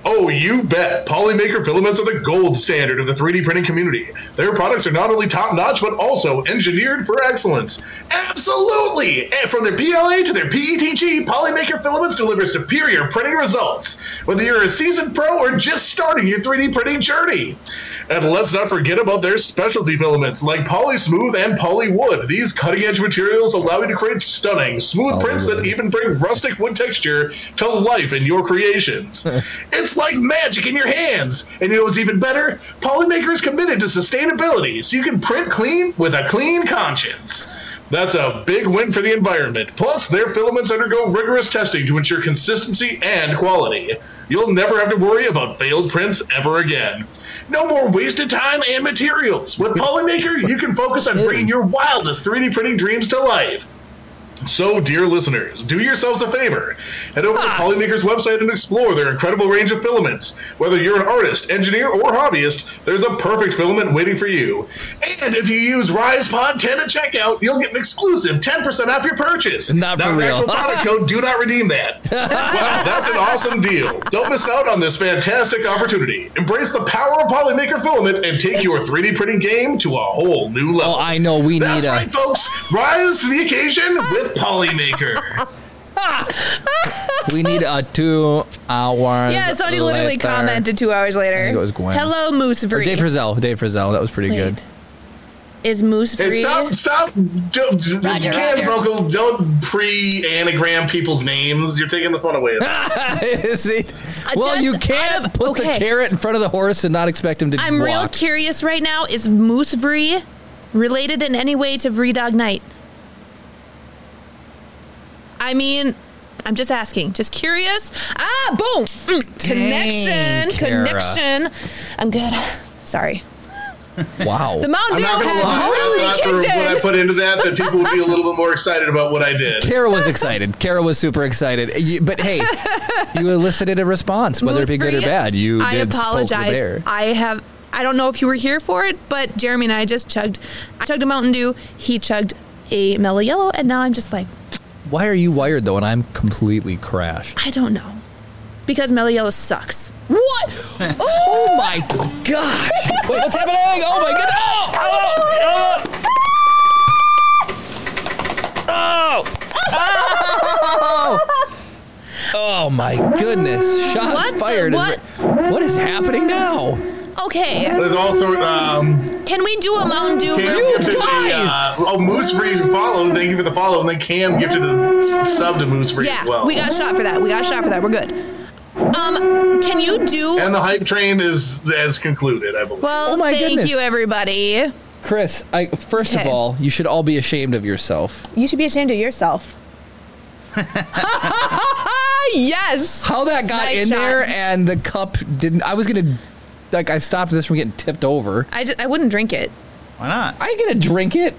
C: Oh, you bet. Polymaker filaments are the gold standard of the 3D printing community. Their products are not only top notch, but also engineered for excellence. Absolutely! And from their PLA to their PETG, Polymaker filaments deliver superior printing results, whether you're a seasoned pro or just starting your 3D printing journey. And let's not forget about their specialty filaments like PolySmooth and PolyWood. These cutting edge materials allow you to create stunning, smooth prints that even bring rustic wood texture to life in your creations. it's like magic in your hands. And you know what's even better? Polymaker is committed to sustainability, so you can print clean with a clean conscience. That's a big win for the environment. Plus, their filaments undergo rigorous testing to ensure consistency and quality. You'll never have to worry about failed prints ever again. No more wasted time and materials. With Pollinator, you can focus on bringing your wildest 3D printing dreams to life. So, dear listeners, do yourselves a favor. Head over
D: Ah.
C: to Polymaker's website and explore their incredible range of filaments. Whether you're an artist, engineer, or hobbyist, there's a perfect filament waiting for you. And if you use RisePod 10 at checkout, you'll get an exclusive 10% off your purchase.
D: Not for
C: an
D: real.
C: actual product code, do not redeem that. wow, that's an awesome deal. Don't miss out on this fantastic opportunity. Embrace the power of Polymaker filament and take your 3D printing game to a whole new level.
D: Oh, I know we
C: That's
D: need a.
C: right, folks. Rise to the occasion with Polymaker.
A: Ah!
D: We need a two hour.
A: Yeah, somebody literally commented two hours later.
D: think it was Gwen.
A: Hello, Moose
D: Or
A: Free.
D: Dave Frizzell. Dave Frizzell. That was pretty good.
A: Wait. Is Moose
C: Hey,
A: Free?
C: stop, stop. Don't, Cam's uncle, don't pre anagram people's names. You're taking the fun away.
D: Is it? Well,
A: just
D: you can't
A: out of-
D: put the
A: okay.
D: carrot in front of the horse and not expect him to
A: I'm
D: walk.
A: real curious right now. Is Moose Vree related in any way to Vreedog Knight? I mean, I'm just asking. Just curious. Ah, boom. Mm,
D: Dang,
A: connection.
D: Kara.
A: Connection. I'm good. Sorry.
D: Wow.
A: The Mountain Dew
C: I
A: has
C: thought
A: totally
C: for what I
A: kicked in.
C: put into that, that people would be a little bit more excited about what I did.
D: Kara was excited. Kara was super excited. You- but hey, you elicited a response, whether
A: Moose
D: it be good or
A: Vree,
D: bad. You
A: I
D: did Spoke the
A: apologize.
D: bear.
A: I have. I don't know if you were here for it, but Jeremy and I just chugged. I chugged a Mountain Dew. He chugged a Mellow Yellow, and now I'm just like,
D: Why are you wired though? And I'm completely crashed.
A: I don't know. Because Mellow Yellow sucks.
D: What? Oh my gosh! Wait, what's happening? Oh my god! Oh!
A: Oh!
D: Oh! Oh! Oh my goodness! Shots
A: What the-
D: fired!
A: what?
D: what is happening now?
A: Okay,
C: There's also, um,
A: can we do a Mountain Dew?
C: Cam
A: review?
C: gifted the, uh, oh, Moose Free followed. Thank you for the follow. And then Cam gifted a s- sub to Moose Free
A: Yeah,
C: as well.
A: we got shot for that. We got shot for that. We're good. Um, can you do?
C: and the hype train is has concluded, I believe.
A: well,
D: Oh my
A: thank
D: goodness.
A: you, everybody.
D: Chris, I, first of
A: Okay.
D: all, you should all be ashamed of yourself.
A: You should be ashamed of yourself. yes.
D: How that got
A: Nice
D: in
A: shot.
D: there and the cup didn't. I was gonna, like, I stopped this from getting tipped over.
A: I just, I wouldn't drink it.
B: Why not?
D: I ain't gonna drink it.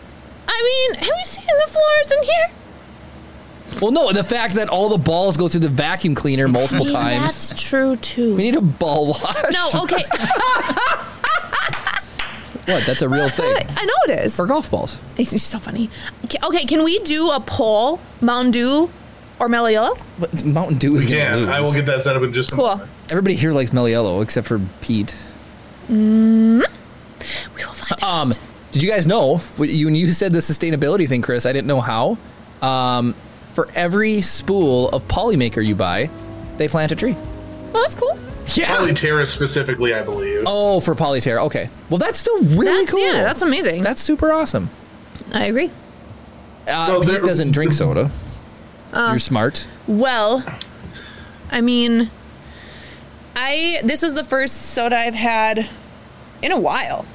A: I mean, have you seen the floors in here?
D: Well, no, the fact that all the balls go through the vacuum cleaner multiple times.
A: That's true too.
D: We need a ball wash.
A: no, Oh, okay.
D: What? That's a real thing.
A: I know it is.
D: For golf balls.
A: It's just so funny. Okay, Okay, can we do a poll? Mountain Dew or Mellow Yellow?
D: But Mountain Dew is gonna
C: Yeah,
D: lose.
C: I will get that set up in just a
A: Cool.
C: moment.
D: Everybody here likes Meliello except for Pete.
A: Mm-hmm. We will find out.
D: Um, did you guys know when you when you said the sustainability thing, Chris? I didn't know how. Um, for every spool of polymaker you buy, they plant a tree.
A: Well, that's cool.
C: Probably Terra specifically, I believe.
D: Oh, for Polyterra. Okay. Well, that's still really
A: That's,
D: cool.
A: Yeah, that's amazing.
D: That's super awesome.
A: I agree.
D: Uh,
C: So
D: Pete
C: there-
D: doesn't drink soda.
A: Ah.
D: You're smart.
A: Well, I mean, I this is the first soda I've had in a while.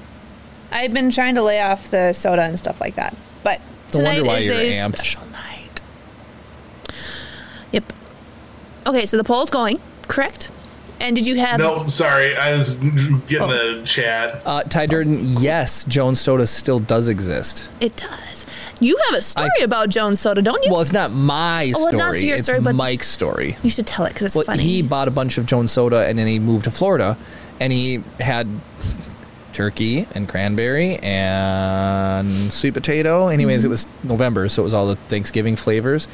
A: I've been trying to lay off the soda and stuff like that, but
D: No wonder
A: tonight
D: why
A: is
D: you're
A: a
D: amped.
A: special night. Yep. Okay, so the poll's going correct. And did you have?
C: No, sorry. I was getting the chat.
D: Uh, Ty Durden, yes, Jones Soda still does exist.
A: It does. You have a story about Jones Soda, don't you?
D: Well, it's not my
A: Oh,
D: story.
A: it's not your
D: it's
A: story, but-
D: Mike's story.
A: you should tell it because it's
D: Well,
A: funny.
D: he bought a bunch of Jones Soda and then he moved to Florida and he had turkey and cranberry and sweet potato. Anyways,
A: Mm-hmm.
D: it was November, so it was all the Thanksgiving flavors.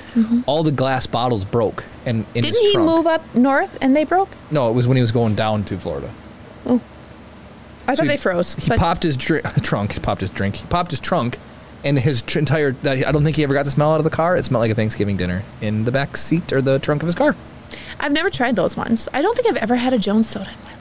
D: All the glass bottles broke and in his
A: Didn't he
D: trunk.
A: move up north and they broke?
D: No, it was when he was going down to Florida.
A: I
D: So
A: thought
D: he-
A: they froze.
D: He
A: but
D: popped his dr- trunk. He popped his drink. He popped his trunk, and his tr- entire. I don't think he ever got the smell out of the car. It smelled like a Thanksgiving dinner in the back seat or the trunk of his car.
A: I've never tried those ones. I don't think I've ever had a Jones soda in my life.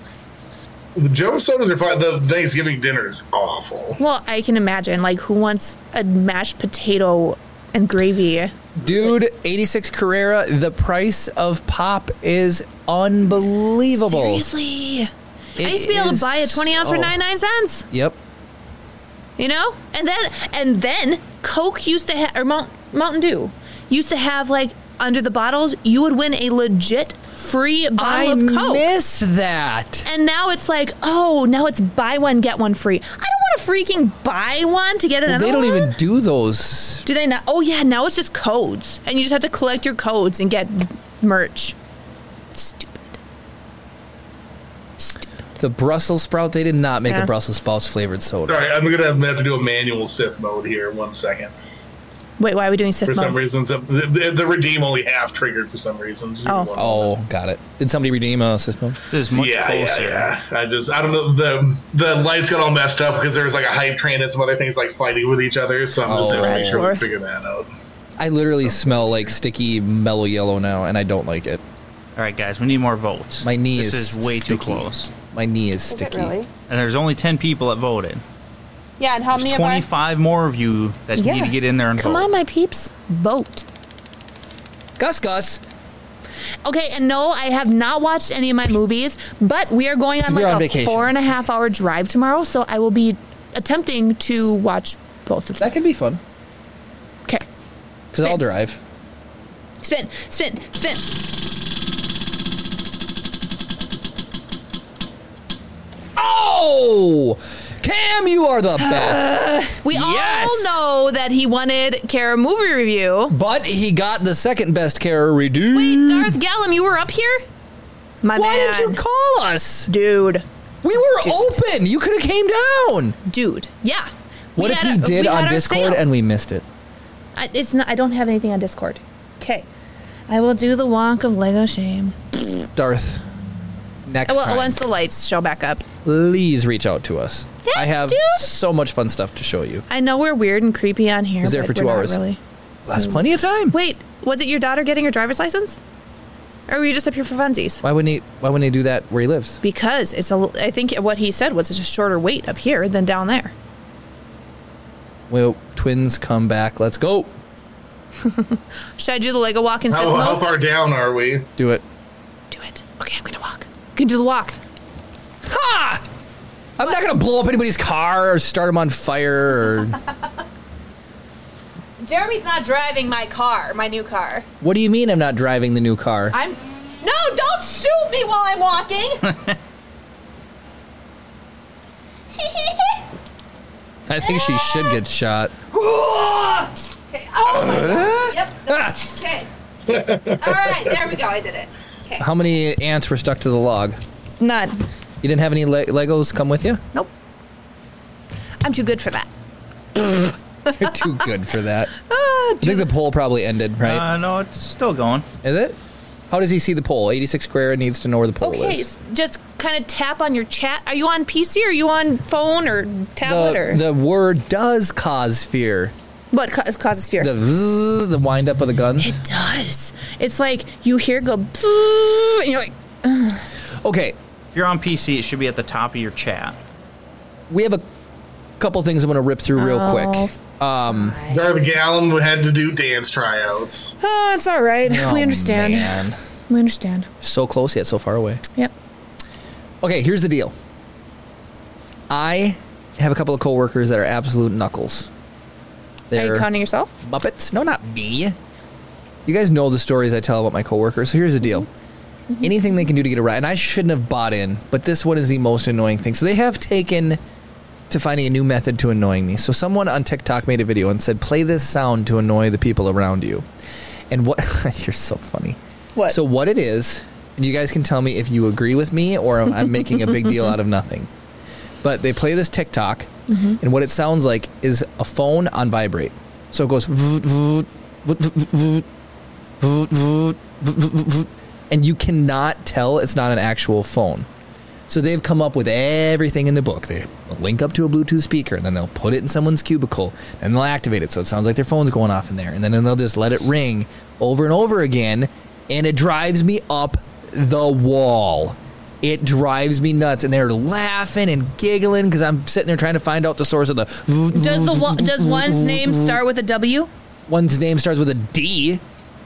C: The Joe sodas are fine. The Thanksgiving dinner is awful.
A: Well, I can imagine. Like, who wants a mashed potato and gravy?
D: Dude, 86 Carrera, the price of pop is unbelievable.
A: Seriously. I
D: It
A: used to be able to
D: is
A: buy a 20 ounce for
D: so-
A: 99 cents.
D: Yep.
A: You know? And then and then Coke used to have or Mount, Mountain Dew used to have like under the bottles, you would win a legit free
D: I
A: bottle of Coke.
D: miss that.
A: And now it's like, oh, now it's buy one get one free. I don't want to freaking buy one to get another.
D: They don't
A: one.
D: even do those.
A: Do they not? Oh yeah, now it's just codes, and you just have to collect your codes and get merch. Stupid.
D: The Brussels sprout, they did not make
A: Yeah.
D: a Brussels sprouts flavored soda.
C: Sorry, I'm gonna have to do a manual Sith mode here. One second.
A: Wait, why are we doing Sith
C: For some
A: mode?
C: reason, some- the, the, the redeem only half triggered for some reason. Just give me
A: Oh.
C: one moment.
D: Oh, got it. Did somebody redeem a system?
B: This is much
C: yeah,
B: closer.
C: yeah, yeah. I just, I don't know. The the lights got all messed up because there was like a hype train and some other things like fighting with each other. So I'm just
D: Oh.
C: gonna make sure we
A: Worth.
C: figure that out.
D: I literally smell like sticky mellow yellow now, and I don't like it.
B: All right, guys, we need more votes.
D: My knee
B: This
D: is
B: is way
D: sticky.
B: too close.
D: My knee is
I: Is it
D: sticky.
I: really?
B: And there's only 10 people that voted.
I: Yeah, and how
B: There's
I: many of our
B: 25 more of you that need
I: Yeah.
B: to get in there and
I: Come
B: vote.
I: on, my peeps, vote.
D: Gus, Gus,
I: Okay, and no, I have not watched any of my movies, but we are going on
D: We're
I: like
D: on
I: a
D: vacation.
I: four and a half hour drive tomorrow, so I will be attempting to watch both of them.
D: that could be fun
I: Okay,
D: because I'll drive.
A: Spin, spin, spin.
D: Oh, Cam, you are the best.
A: Uh, We
D: Yes!
A: all know Oh, that he wanted Kara movie review.
D: but he got the second best Kara redo.
A: Wait, Darth Gallum, you were up here? My
D: Why
A: man.
D: didn't you call us?
A: dude?
D: We were
A: Dude.
D: open. You could have came down.
A: Dude, yeah.
D: What
A: We
D: if
A: had
D: he
A: a-
D: did
A: we had
D: on
A: our sale.
D: Discord and we missed it?
A: I, it's not. I don't have anything on Discord. Okay, I will do the walk of Lego shame.
D: Darth, next
A: Well,
D: time,
A: once the lights show back up.
D: please reach out to us.
A: Yeah,
D: I have
A: dude.
D: so much fun stuff to show you.
A: I know we're weird and creepy on here.
D: was there
A: but
D: for two
A: we're not
D: hours.
A: Really.
D: That's plenty of time.
A: Wait, was it your daughter getting her driver's license? Or were you just up here for funsies?
D: Why wouldn't he? Why wouldn't he do that where he lives?
A: Because it's a. l- I think what he said was it's a shorter wait up here than down there.
D: Well, twins come back. Let's go.
A: Should I do the Lego walk instead
D: Oh.
C: How, how
A: of mode?
C: far down are we?
D: Do it.
A: Do it. Okay, I'm gonna walk. I'm gonna do the walk.
D: Ha! I'm not gonna blow up anybody's car or start them on fire. Or,
A: Jeremy's not driving my car, my new car.
D: what do you mean I'm not driving the new car?
A: I'm. No, don't shoot me while I'm walking.
D: I think she should get shot.
A: okay. Oh my god. Yep.
D: Ah!
A: Okay. All right. There we go. I did it. Okay.
D: How many ants were stuck to the log?
A: None.
D: You didn't have any le- Legos come with you?
A: Nope. I'm too good for that.
D: You're too good for that.
A: Ah,
D: I think the poll probably ended, right?
B: Uh, no, it's still going.
D: Is it? How does he see the poll? 86 square needs to know where the poll
A: Okay,
D: is.
A: s- just kind of tap on your chat. Are you on PC? Are you on phone or tablet
D: The,
A: or
D: the word does cause fear.
A: what ca- causes fear?
D: The vzz, the wind up of the guns.
A: it does. It's like you hear go, and you're like,
D: Okay,
B: If you're on PC, it should be at the top of your chat.
D: we have a couple things I'm going to rip through real
A: Oh,
D: quick.
C: Darth Gallum had to do dance tryouts.
A: oh, it's all right. we
D: Oh,
A: understand.
D: man.
A: We understand.
D: So close yet so far away.
A: Yep.
D: Okay, here's the deal. I have a couple of coworkers that are absolute knuckles.
A: Are
D: They're
A: you counting yourself?
D: Muppets. No, not me. You guys know the stories I tell about my coworkers. So here's the deal. Anything they can do to get a ride, and I shouldn't have bought in, but this one is the most annoying thing. So they have taken to finding a new method to annoying me. So someone on TikTok made a video and said, "Play this sound to annoy the people around you." And what you're so funny.
A: What?
D: So what it is, and you guys can tell me if you agree with me or if I'm making a big deal out of nothing. But they play this TikTok, and what it sounds like is a phone on vibrate. So it goes, voot, voot, voot, voot, voot, voot, voot, voot, voot, voot, and you cannot tell it's not an actual phone. So they've come up with everything in the book. They link up to a Bluetooth speaker, and then they'll put it in someone's cubicle, and they'll activate it so it sounds like their phone's going off in there, and then they'll just let it ring over and over again, and it drives me up the wall. It drives me nuts, and they're laughing and giggling because I'm sitting there trying to find out the source of the.
A: Does the wa- does one's name start with a W?
D: One's name starts with a D.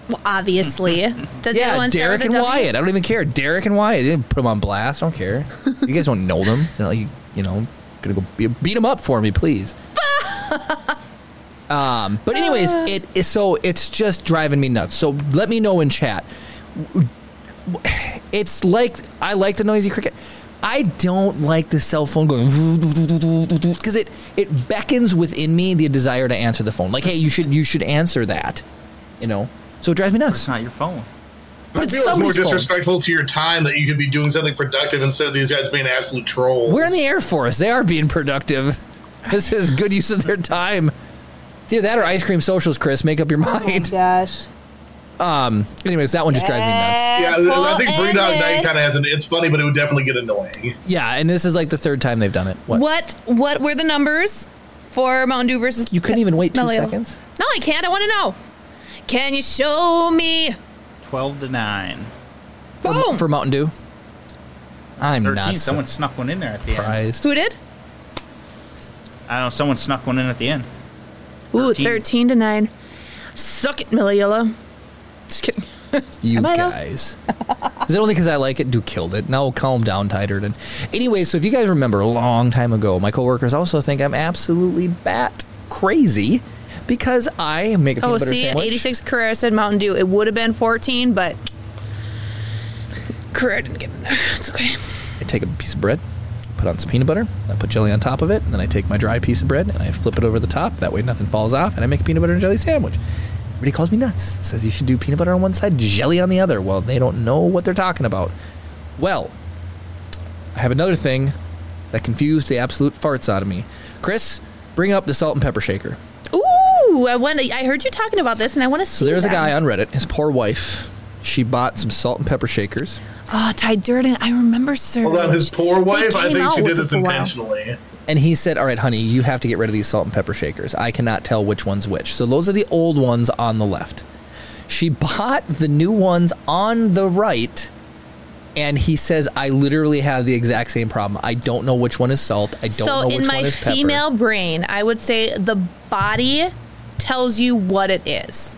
A: Well, obviously. Does the other
D: Yeah,
A: one start
D: Derek
A: with a
D: and
A: W?
D: Wyatt. I don't even care. Derek and Wyatt. They didn't put them on blast. I don't care. you guys don't know them. It's not like you, you know, gonna go be, beat them up for me, please. Um, but anyways,
A: Uh.
D: it is so it's just driving me nuts. So let me know in chat. It's like I like the noisy cricket. I don't like the cell phone going because it it beckons within me the desire to answer the phone. Like, hey, you should you should answer that, you know. So it drives me nuts.
B: It's not your phone.
D: But
C: I
D: it's
C: feel it's more
D: somebody's phone.
C: disrespectful to your time that you could be doing something productive instead of these guys being absolute trolls.
D: We're in the Air Force. They are being productive. This is good use of their time. It's Either that or ice cream socials, Chris. Make up your mind. Um,
J: Gosh.
D: Anyways, that one just drives me nuts.
C: yeah, I think Breed Dog Night kind of has an. It's funny, but it would definitely get annoying.
D: Yeah, and this is like the third time they've done it. What?
A: What what were the numbers for Mountain Dew versus
D: You couldn't even wait two
A: Maleo?
D: seconds?
A: No, I can't. I want to know. Can you show me?
B: 12 to 9.
D: For,
A: Boom.
D: for Mountain Dew. I'm
B: 13.
D: not
B: someone snuck one in there at the end.
D: surprised.
A: Who did?
B: I don't know. Someone snuck one in at the end.
A: Ooh,
B: 13.
A: 13 to 9. Suck it, Milliella. Just kidding.
D: You
A: I though?
D: guys. Is it only because I like it? Do killed it. Now calm down, tighter. And anyway, so if you guys remember, a long time ago, my coworkers also think I'm absolutely bat crazy because I make a peanut
A: Oh,
D: butter
A: see,
D: sandwich.
A: 86 Carrera said Mountain Dew. It would have been 14, but Carrera didn't get in there. It's okay.
D: I take a piece of bread, put on some peanut butter, I put jelly on top of it, and then I take my dry piece of bread and I flip it over the top. That way nothing falls off, and I make a peanut butter and jelly sandwich. Everybody calls me nuts. Says you should do peanut butter on one side, jelly on the other. Well, they don't know what they're talking about. Well, I have another thing that confused the absolute farts out of me. Chris, bring up the salt and pepper shaker.
A: Ooh, I want. I heard you talking about this, and I want to see.
D: So there's a
A: that.
D: guy on Reddit, his poor wife. She bought some salt and pepper shakers.
A: Oh, Ty Durden. I remember, sir.
C: Hold on, his poor wife. I
A: came
C: think
A: out
C: she
A: with
C: did
A: it
C: this
A: for a while.
C: intentionally.
D: And he said, "All right, honey, you have to get rid of these salt and pepper shakers. I cannot tell which one's which. So those are the old ones on the left. She bought the new ones on the right." And he says, "I literally have the exact same problem. I don't know which one is salt. I don't
A: so
D: know which
A: in my
D: one is pepper."
A: female brain, I would say the body tells you what it is.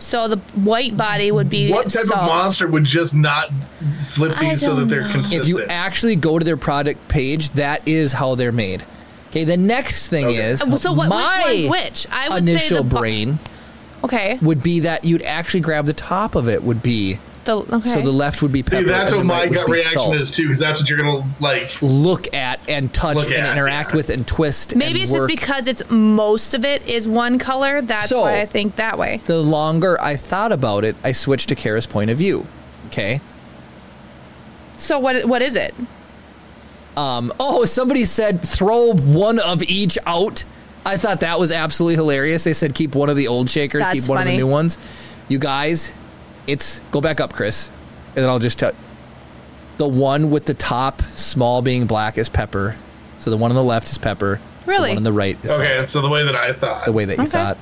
A: So the white body would be
C: What type
A: salt.
C: of monster would just not flip
A: I
C: these so that
A: don't
C: they're
A: know.
C: consistent?
D: if you actually go to their product page, that is how they're made. Okay. The next thing is
A: Uh, So what?
D: my
A: which one's which? I would say
D: initial
A: the bo-
D: brain
A: Okay.
D: would be that you'd actually grab the top of it would be
A: The okay.
D: so the left would be pepper.
C: See, that's
D: and
C: what
D: the
C: my
D: right would
C: gut
D: be
C: reaction
D: salt.
C: is too, because that's what you're gonna like.
D: look at and touch
C: Look
D: and
C: at,
D: interact
C: yeah.
D: with and twist.
A: Maybe
D: and
A: it's
D: work.
A: just because it's most of it is one color. That's
D: So-
A: why I think that way.
D: the longer I thought about it, I switched to Kara's point of view. Okay.
A: So what? What is it?
D: Um, oh, somebody said throw one of each out. I thought that was absolutely hilarious. They said keep one of the old shakers,
A: That's
D: keep one of
A: funny.
D: the new ones. You guys, it's go back up, Chris, and then I'll just tell. The one with the top small being black is pepper. So the one on the left is pepper. The
A: Really?
D: one on the right is
C: Okay,
D: salt.
C: so the way that I thought.
D: the way that you
A: Okay.
D: thought.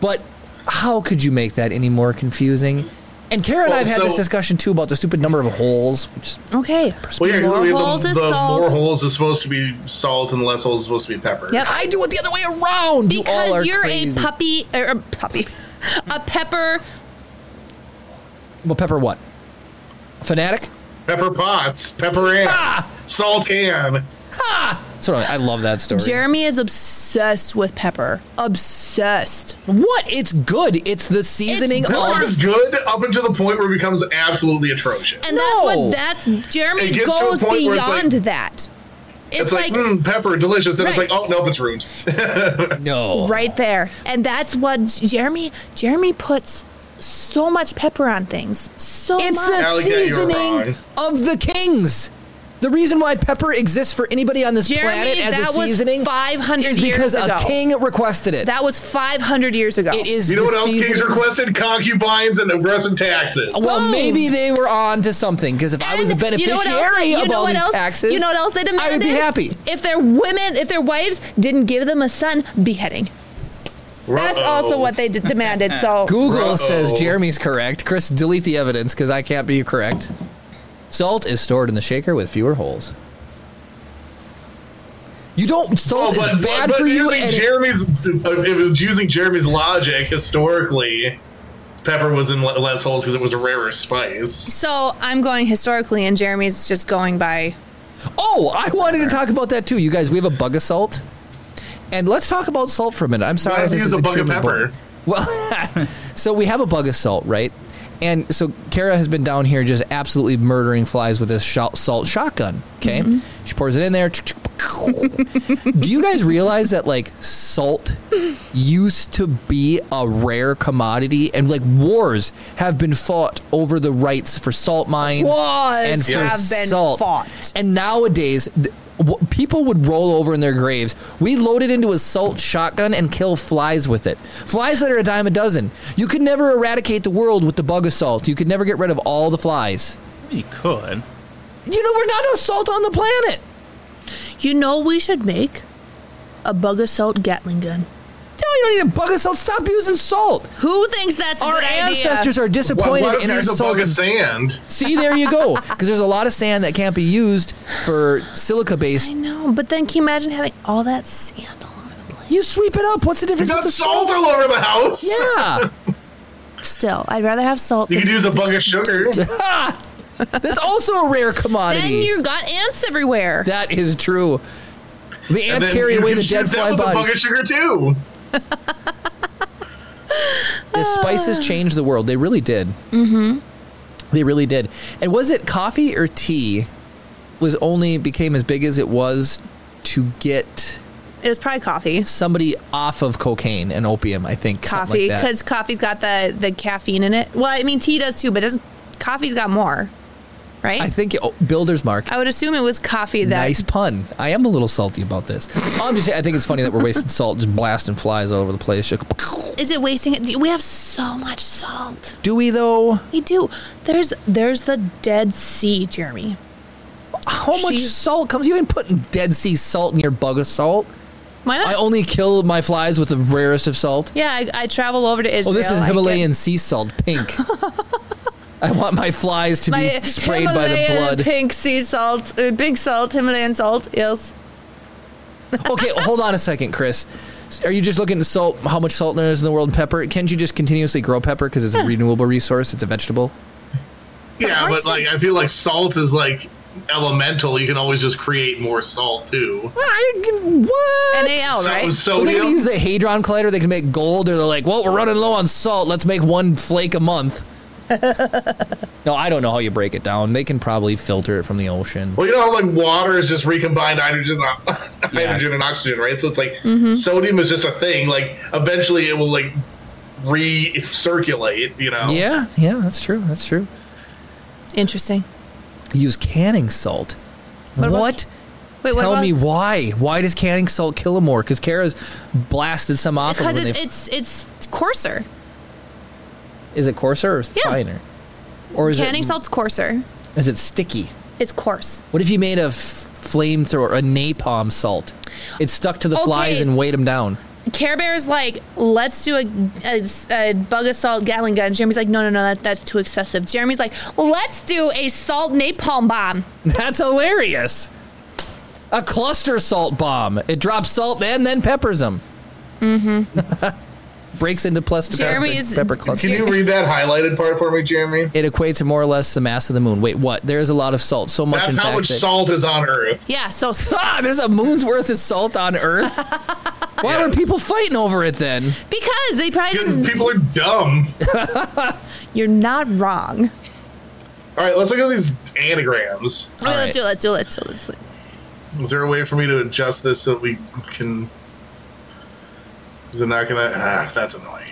D: But how could you make that any more confusing? And Kara and I
C: Well,
D: have had this
C: so-
D: discussion too about the stupid number of holes. Which
A: Okay.
C: well, yeah, 'cause
A: More
C: the- the,
A: holes is
C: the
A: salt.
C: more holes is supposed to be salt and less holes is supposed to be pepper.
A: Yep.
D: I do it the other way around. you all
A: Because
D: are
A: you are
D: crazy.
A: a puppy or a puppy, a pepper.
D: Well, Pepper, what? A fanatic?
C: Pepper pots, pepper and
A: Ah!
C: salt and.
D: So I I love that story.
A: Jeremy is obsessed with pepper. Obsessed.
D: what? It's good. It's the seasoning
C: Pepper
D: of.
C: is good up until the point where it becomes absolutely atrocious.
A: And
D: No.
A: that's what that's Jeremy
C: It gets to a
A: goes
C: point where it's like-
A: beyond that. It's,
C: it's like,
A: like,
C: mm, pepper, delicious. And
A: Right.
C: it's like, oh, nope, it's ruined.
D: No.
A: right there. And that's what Jeremy Jeremy puts so much pepper on things. So
D: It's the
A: much.
C: Alec, yeah, you were
D: seasoning
C: wrong.
D: of the kings. The reason why pepper exists for anybody on this
A: Jeremy,
D: planet as
A: that
D: a
A: was
D: seasoning
A: 500
D: is
A: years
D: because a
A: ago.
D: king requested it.
A: that was 500 years ago.
D: it is
C: You know
D: the
C: what else
D: seasoning.
C: Kings requested? Concubines and aggressive taxes.
D: Well,
A: Boom.
D: maybe they were on to something because if I was a
A: And you know what else
D: beneficiary
A: they- you
D: of
A: know
D: all
A: what
D: these
A: else-
D: taxes,
A: You know what else they demanded?
D: I would be happy.
A: If their women, if their wives didn't give them a son, beheading. That's
C: Uh-oh.
A: also what they d- demanded. So
D: Google says
C: Uh-oh.
D: Jeremy's correct. Chris, delete the evidence because I can't be correct. Salt is stored in the shaker with fewer holes. You don't salt
C: Oh, but,
D: is bad
C: but
D: for you.
C: using
D: And
C: Jeremy's, if it was using Jeremy's logic historically, pepper was in le- less holes because it was a rarer spice.
A: so I'm going historically, and Jeremy's just going by.
D: oh, I wanted to talk about that too, you guys. We have a bug of salt, And let's talk about salt for a minute. I'm sorry.
C: have
D: if
C: to
D: this
C: use
D: is
C: a bug of
D: extremely
C: pepper.
D: boring. Well, so we have a bug of salt, right? And so Kara has been down here just absolutely murdering flies with this shot, salt shotgun. Okay, she pours it in there. Do you guys realize that like salt used to be a rare commodity, and like wars have been fought over the rights for salt mines
K: Wars
D: and for
K: have been
D: salt.
K: fought.
D: And nowadays, th- w- people would roll over in their graves. We loaded into a salt shotgun and kill flies with it. Flies that are a dime a dozen. You could never eradicate the world with the bug of salt. You could never get rid of all the flies.
B: You could.
D: You know, we're not no salt on the planet.
A: You know what we should make? A bug assault Gatling gun.
D: No, you don't need a bug of salt. Stop using salt.
A: Who thinks that's a
D: Our
A: good
D: ancestors are
C: Why,
D: disappointed
C: why don't
D: in
C: you
D: our
C: use a
D: salt.
C: bug of sand?
D: See, there you go. Because there's a lot of sand that can't be used for silica based.
A: idea? No, but then can you imagine having all that sand all over the place?
D: You sweep it up. What's the
C: You
D: difference with
C: got
D: the
C: salt
D: salt?
C: all over the house.
D: Yeah.
A: Still, I'd rather have salt.
C: You
A: than-
C: could use a bug of sugar.
D: That's also a rare commodity.
A: Then you got ants everywhere.
D: That is true. The
C: And
D: ants
C: then
D: carry
C: you
D: away
C: can
D: the
C: shoot
D: dead
C: them
D: fly
C: with A bug of
D: bodies.
C: sugar too.
D: The spices changed the world. They really did. Mm-hmm. They really did. And was it coffee or tea? Was only became as big as it was to get
A: It was probably coffee.
D: somebody off of cocaine and opium. I think something
A: Coffee,
D: like that.
A: because coffee's got the the caffeine in it. Well, I mean, tea does too, but doesn't coffee's got more, right?
D: I think oh, builder's mark.
A: I would assume it was coffee that
D: Nice pun. I am a little salty about this. I'm just. I think it's funny that we're wasting salt, just blasting flies all over the place. Just-
A: is it wasting it? We have so much salt.
D: Do we though?
A: We do. There's there's the Dead Sea, Jeremy.
D: How much
A: She's-
D: salt comes? You ain't putting Dead Sea salt in your bug of salt.
A: Why not?
D: I only kill my flies with the rarest of salt.
A: yeah, I, I travel over to
D: Oh,
A: Israel.
D: this is
A: I
D: Himalayan
A: get-
D: sea salt, pink. I want my flies to
A: My
D: be sprayed by the
A: Himalayan
D: blood.
A: Pink sea salt, uh, pink salt, Himalayan salt. Yes.
D: Okay, hold on a second, Chris. Are you just looking at salt? How much salt there is in the world? And pepper? Can't you just continuously grow pepper because it's a renewable resource? It's a vegetable.
C: Yeah, but like I feel like salt is like elemental. You can always just create more salt too.
D: I can- What?
A: NAL,
C: So-
A: right?
D: Well, they
C: sodium.
D: can use the hadron collider. They can make gold, or they're like, "Well, we're running low on salt. Let's make one flake a month." no, I don't know how you break it down. They can probably filter it from the ocean.
C: well, you know, how, like water is just recombined hydrogen, uh, hydrogen and oxygen, right? So it's like
D: Mm-hmm.
C: sodium is just a thing. Like eventually, it will like recirculate. You know?
D: Yeah, yeah, that's true. That's true.
A: Interesting.
D: Use canning salt. What?
A: about- Wait, what
D: Tell
A: about-
D: me why? Why does canning salt kill them more? Because Kara's blasted some off. of
A: Because
D: when
A: it's,
D: they-
A: it's it's coarser.
D: is it coarser or
A: Yeah.
D: finer? Or is
A: Canning
D: it
A: salt's coarser.
D: is it sticky?
A: It's coarse.
D: What if you made a f- flamethrower, a napalm salt? It stuck to the flies
A: Okay.
D: and weighed them down.
A: Care Bear's like, let's do a, a, a bug assault Gatling gun. Jeremy's like, no, no, no, that, that's too excessive. Jeremy's like, let's do a salt napalm bomb.
D: That's hilarious. A cluster salt bomb. It drops salt and then peppers them. Mm-hmm.
A: Mm-hmm.
D: Breaks into plus
A: Jeremy is-
D: pepper
C: Can
D: cluster.
C: you read that highlighted part for me, Jeremy?
D: It equates to more or less the mass of the moon. Wait, what? There is a lot of salt. So much,
C: That's
D: in
C: how
D: fact.
C: much
D: that-
C: salt is on Earth.
A: Yeah, so
D: Ah, there's a moon's worth of salt on Earth. Why were people fighting over it then?
A: because they probably
C: Good-
A: didn't.
C: People are dumb.
A: You're not wrong.
C: All right, let's look at these anagrams.
A: Okay, let's do it. Let's do it. Let's do it. Let's do it.
C: Is there a way for me to adjust this so that we can? Is it not gonna? Ah, that's annoying.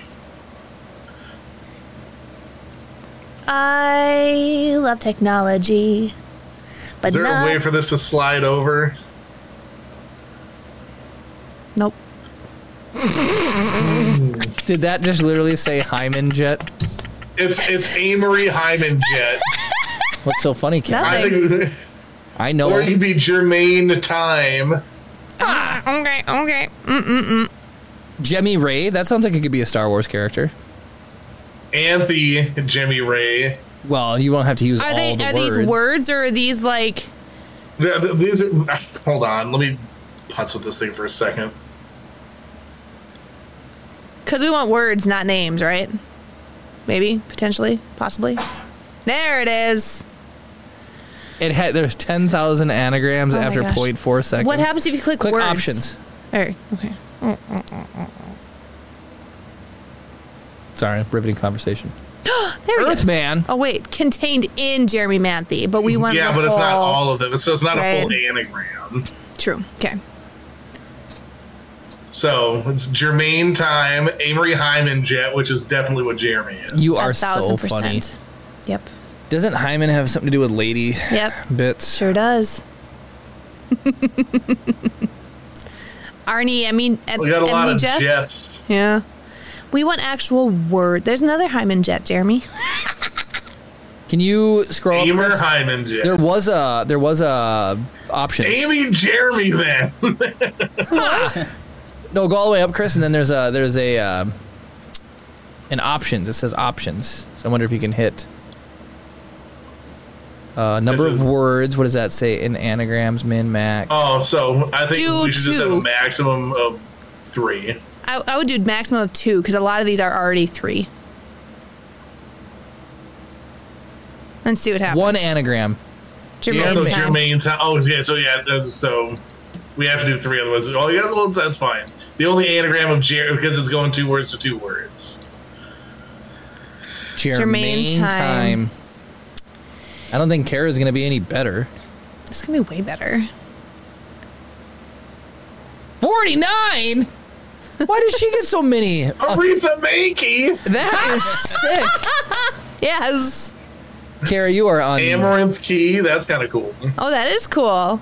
A: I love technology, but
C: Is there a
A: not.
C: way for this to slide over?
A: nope.
D: Did that just literally say Hyman jet?
C: It's it's Amory Hyman Jet.
D: What's so funny, Kim?
A: Nothing.
C: I think,
D: I know.
C: or it could be Jermaine Time.
A: Okay. Okay.
D: Jemmy Ray? That sounds like it could be a Star Wars character.
C: Anthe Jimmy Ray.
D: Well, you won't have to use
A: Are
D: all
A: they?
D: the
A: are
D: words.
A: these words or are these like?
C: Th- th- These are, ah, hold on, let me putz with this thing for a second.
A: Because we want words, not names, right? Maybe, potentially, possibly. There it is.
D: It had there's ten thousand anagrams
A: Oh my
D: after
A: gosh.
D: 0.4 seconds.
A: What happens if you click,
D: Click
A: words?
D: options.
A: Or, okay.
D: Sorry, riveting conversation.
A: There we go.
D: Earthman.
A: Oh wait, contained in Jeremy Manthe, but we went.
C: yeah,
A: the
C: but it's not
A: whole-
C: all of them. So it's not a full
A: Right.
C: anagram.
A: True. Okay.
C: So it's Jermaine time, Amory Hyman jet, which is definitely what Jeremy is.
D: You
A: A
D: are so
A: thousand
D: funny.
A: percent. Yep.
D: Doesn't Hyman have something to do with lady
A: Yep.
D: bits?
A: Sure does. Arnie, I mean,
C: We got a lot of
A: Jeff.
C: jets.
A: Yeah. We want actual word. There's another Hyman jet, Jeremy.
D: Can you scroll up?
C: Amer
D: Chris?
C: Hyman
D: There
C: jet.
D: was a there was a options.
C: Amy Jeremy then.
D: No, go all the way up, Chris, and then there's a there's a um an options. It says options. So I wonder if you can hit uh, number
C: This
D: of
C: is-
D: words. What does that say in anagrams? Min max.
C: oh, so I think
A: Do
C: we should just have a
A: two.
C: maximum of three.
A: I, I would do maximum of two because a lot of these are already three. Let's see what happens.
D: One anagram.
C: Yeah, so
A: Jermaine time.
C: Jermaine time. Oh, yeah. So yeah, that's- so we have to do three otherwise. Oh, yeah. Well, that's fine. The only anagram of Jer because it's going two words to two words.
D: Jermaine
A: time.
D: time. I don't think Kara's gonna be any better.
A: It's gonna be way better.
D: Forty nine. Why does she get so many?
C: Aretha Mankey,
D: That is sick.
A: Yes.
D: Kara, you are on
C: Amaranth Key. That's kind of cool.
A: Oh, that is cool.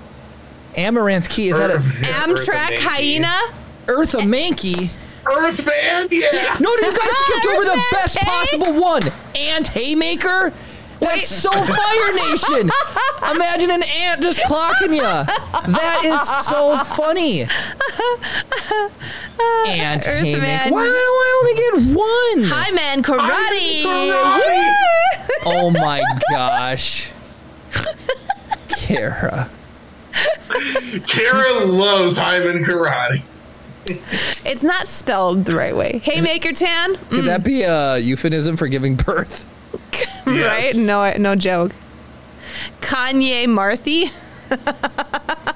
D: Amaranth Key. Is that a
C: Yeah, Eartha
A: Amtrak
C: Mankey.
A: hyena.
D: Eartha Mankey?
C: Earthman, yeah.
D: No, you guys skipped over the
A: Eartha
D: best
A: Mankey.
D: possible one. Ant Haymaker? That's so Fire Nation. Imagine an ant just clocking you. That is so funny. Ant
A: Eartha
D: Haymaker.
A: Man.
D: Why do I only get one?
A: Hi, man. Karate.
D: Oh my gosh. Kara.
C: Karen loves Hyman Karate.
A: It's not spelled the right way. Haymaker Tan.
D: Could that be a euphemism for giving birth?
C: Yes.
A: Right? No, no joke. Kanye Marthy.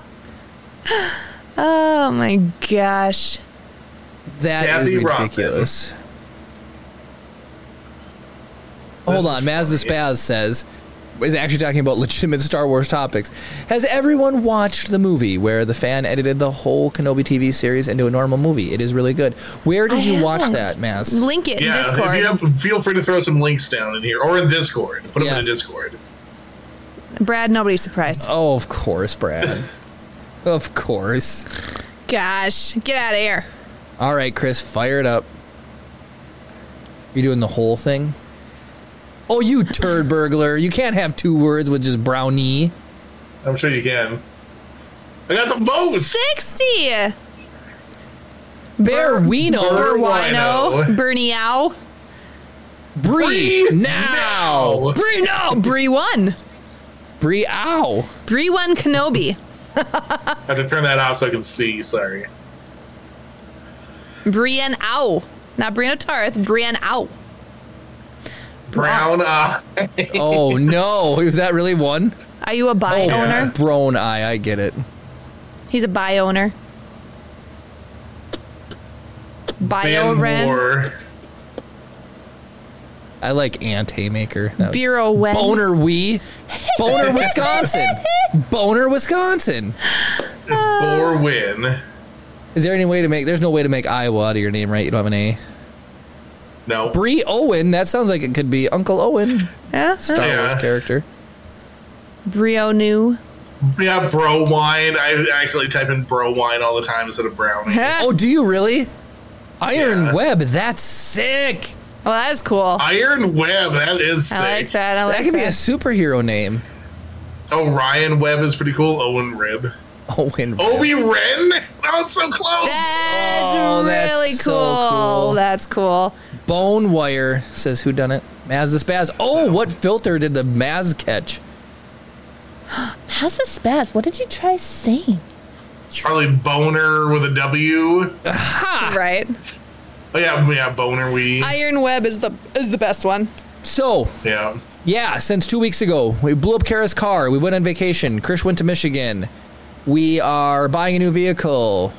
A: oh my gosh.
D: That is
C: Kathy Rothman.
D: ridiculous. Hold on, Maz the Spaz says is actually talking about legitimate Star Wars topics. Has everyone watched the movie where the fan edited the whole Kenobi TV series into a normal movie? It is really good. Where did
A: I
D: you watch
A: haven't.
D: that, Maz?
A: Link it
C: Yeah,
A: in Discord.
C: if you have, feel free to throw some links down in here or in Discord. Put them
D: Yeah.
C: in the Discord.
A: Brad, nobody's surprised.
D: Oh, of course, Brad. of course.
A: Gosh, get out of here.
D: All right, Chris, fire it up. You're doing the whole thing? Oh, you turd burglar. You can't have two words with just brownie.
C: I'm sure you can. I got the most.
A: 60.
D: Bear
C: Bur-
D: Wiener.
C: Wino.
A: Berwino. Bernie Ow.
D: Bree
C: Bree
D: now.
C: now.
A: Bree, no. Bree 1.
D: Bree ow.
A: Bree 1 Kenobi.
C: I have to turn that off so I can see. Sorry.
A: Brienne Ow. Not Brienne Tarth. Brienne Ow.
C: Brown
A: Ah.
C: eye.
D: Oh no. Is that really one?
A: Are you a bi
D: Oh
A: owner?
D: Brone eye, I get it. Oh.
A: He's a bi owner. Bio
C: Van
A: Ren.
C: Moore.
D: I like Ant Haymaker. That was-
A: Bureau Wen.
D: Boner we. Boner Wisconsin. Boner Wisconsin.
A: Ah.
C: Or win.
D: Is there any way to make there's no way to make Iowa out of your name, right? You don't have an A.
C: No.
D: Bree Owen, that sounds like it could be Uncle Owen.
A: Yeah.
D: Star
C: Yeah.
D: Wars character.
A: Brio New.
C: yeah, bro wine. I actually type in bro wine all the time instead of brownie.
A: oh,
D: Oh, do you really? Iron
C: Yeah.
D: Web, that's sick.
A: well, that is cool. I,
C: Iron Web. That is sick.
A: like that. I like
D: That could be a
A: that.
D: superhero name.
C: Oh, Ryan Webb is pretty cool. Owen Rib.
D: Owen. Webb.
C: Obi Ren. Oh, it's so close.
A: That's
D: Oh, that's
A: really
D: so
A: cool.
D: cool.
A: That's cool.
D: Bone Wire says who done it? Maz the Spaz. Oh, what filter did the Maz catch?
A: How's the spaz? What did you try saying?
C: Charlie Boner with a W.
D: Ah.
A: Right.
C: Oh yeah, yeah, Boner we.
A: Iron Web is the is the best one.
D: So,
C: yeah.
D: yeah, since two weeks ago, we blew up Kara's car. We went on vacation. Krish went to Michigan. We are buying a new vehicle.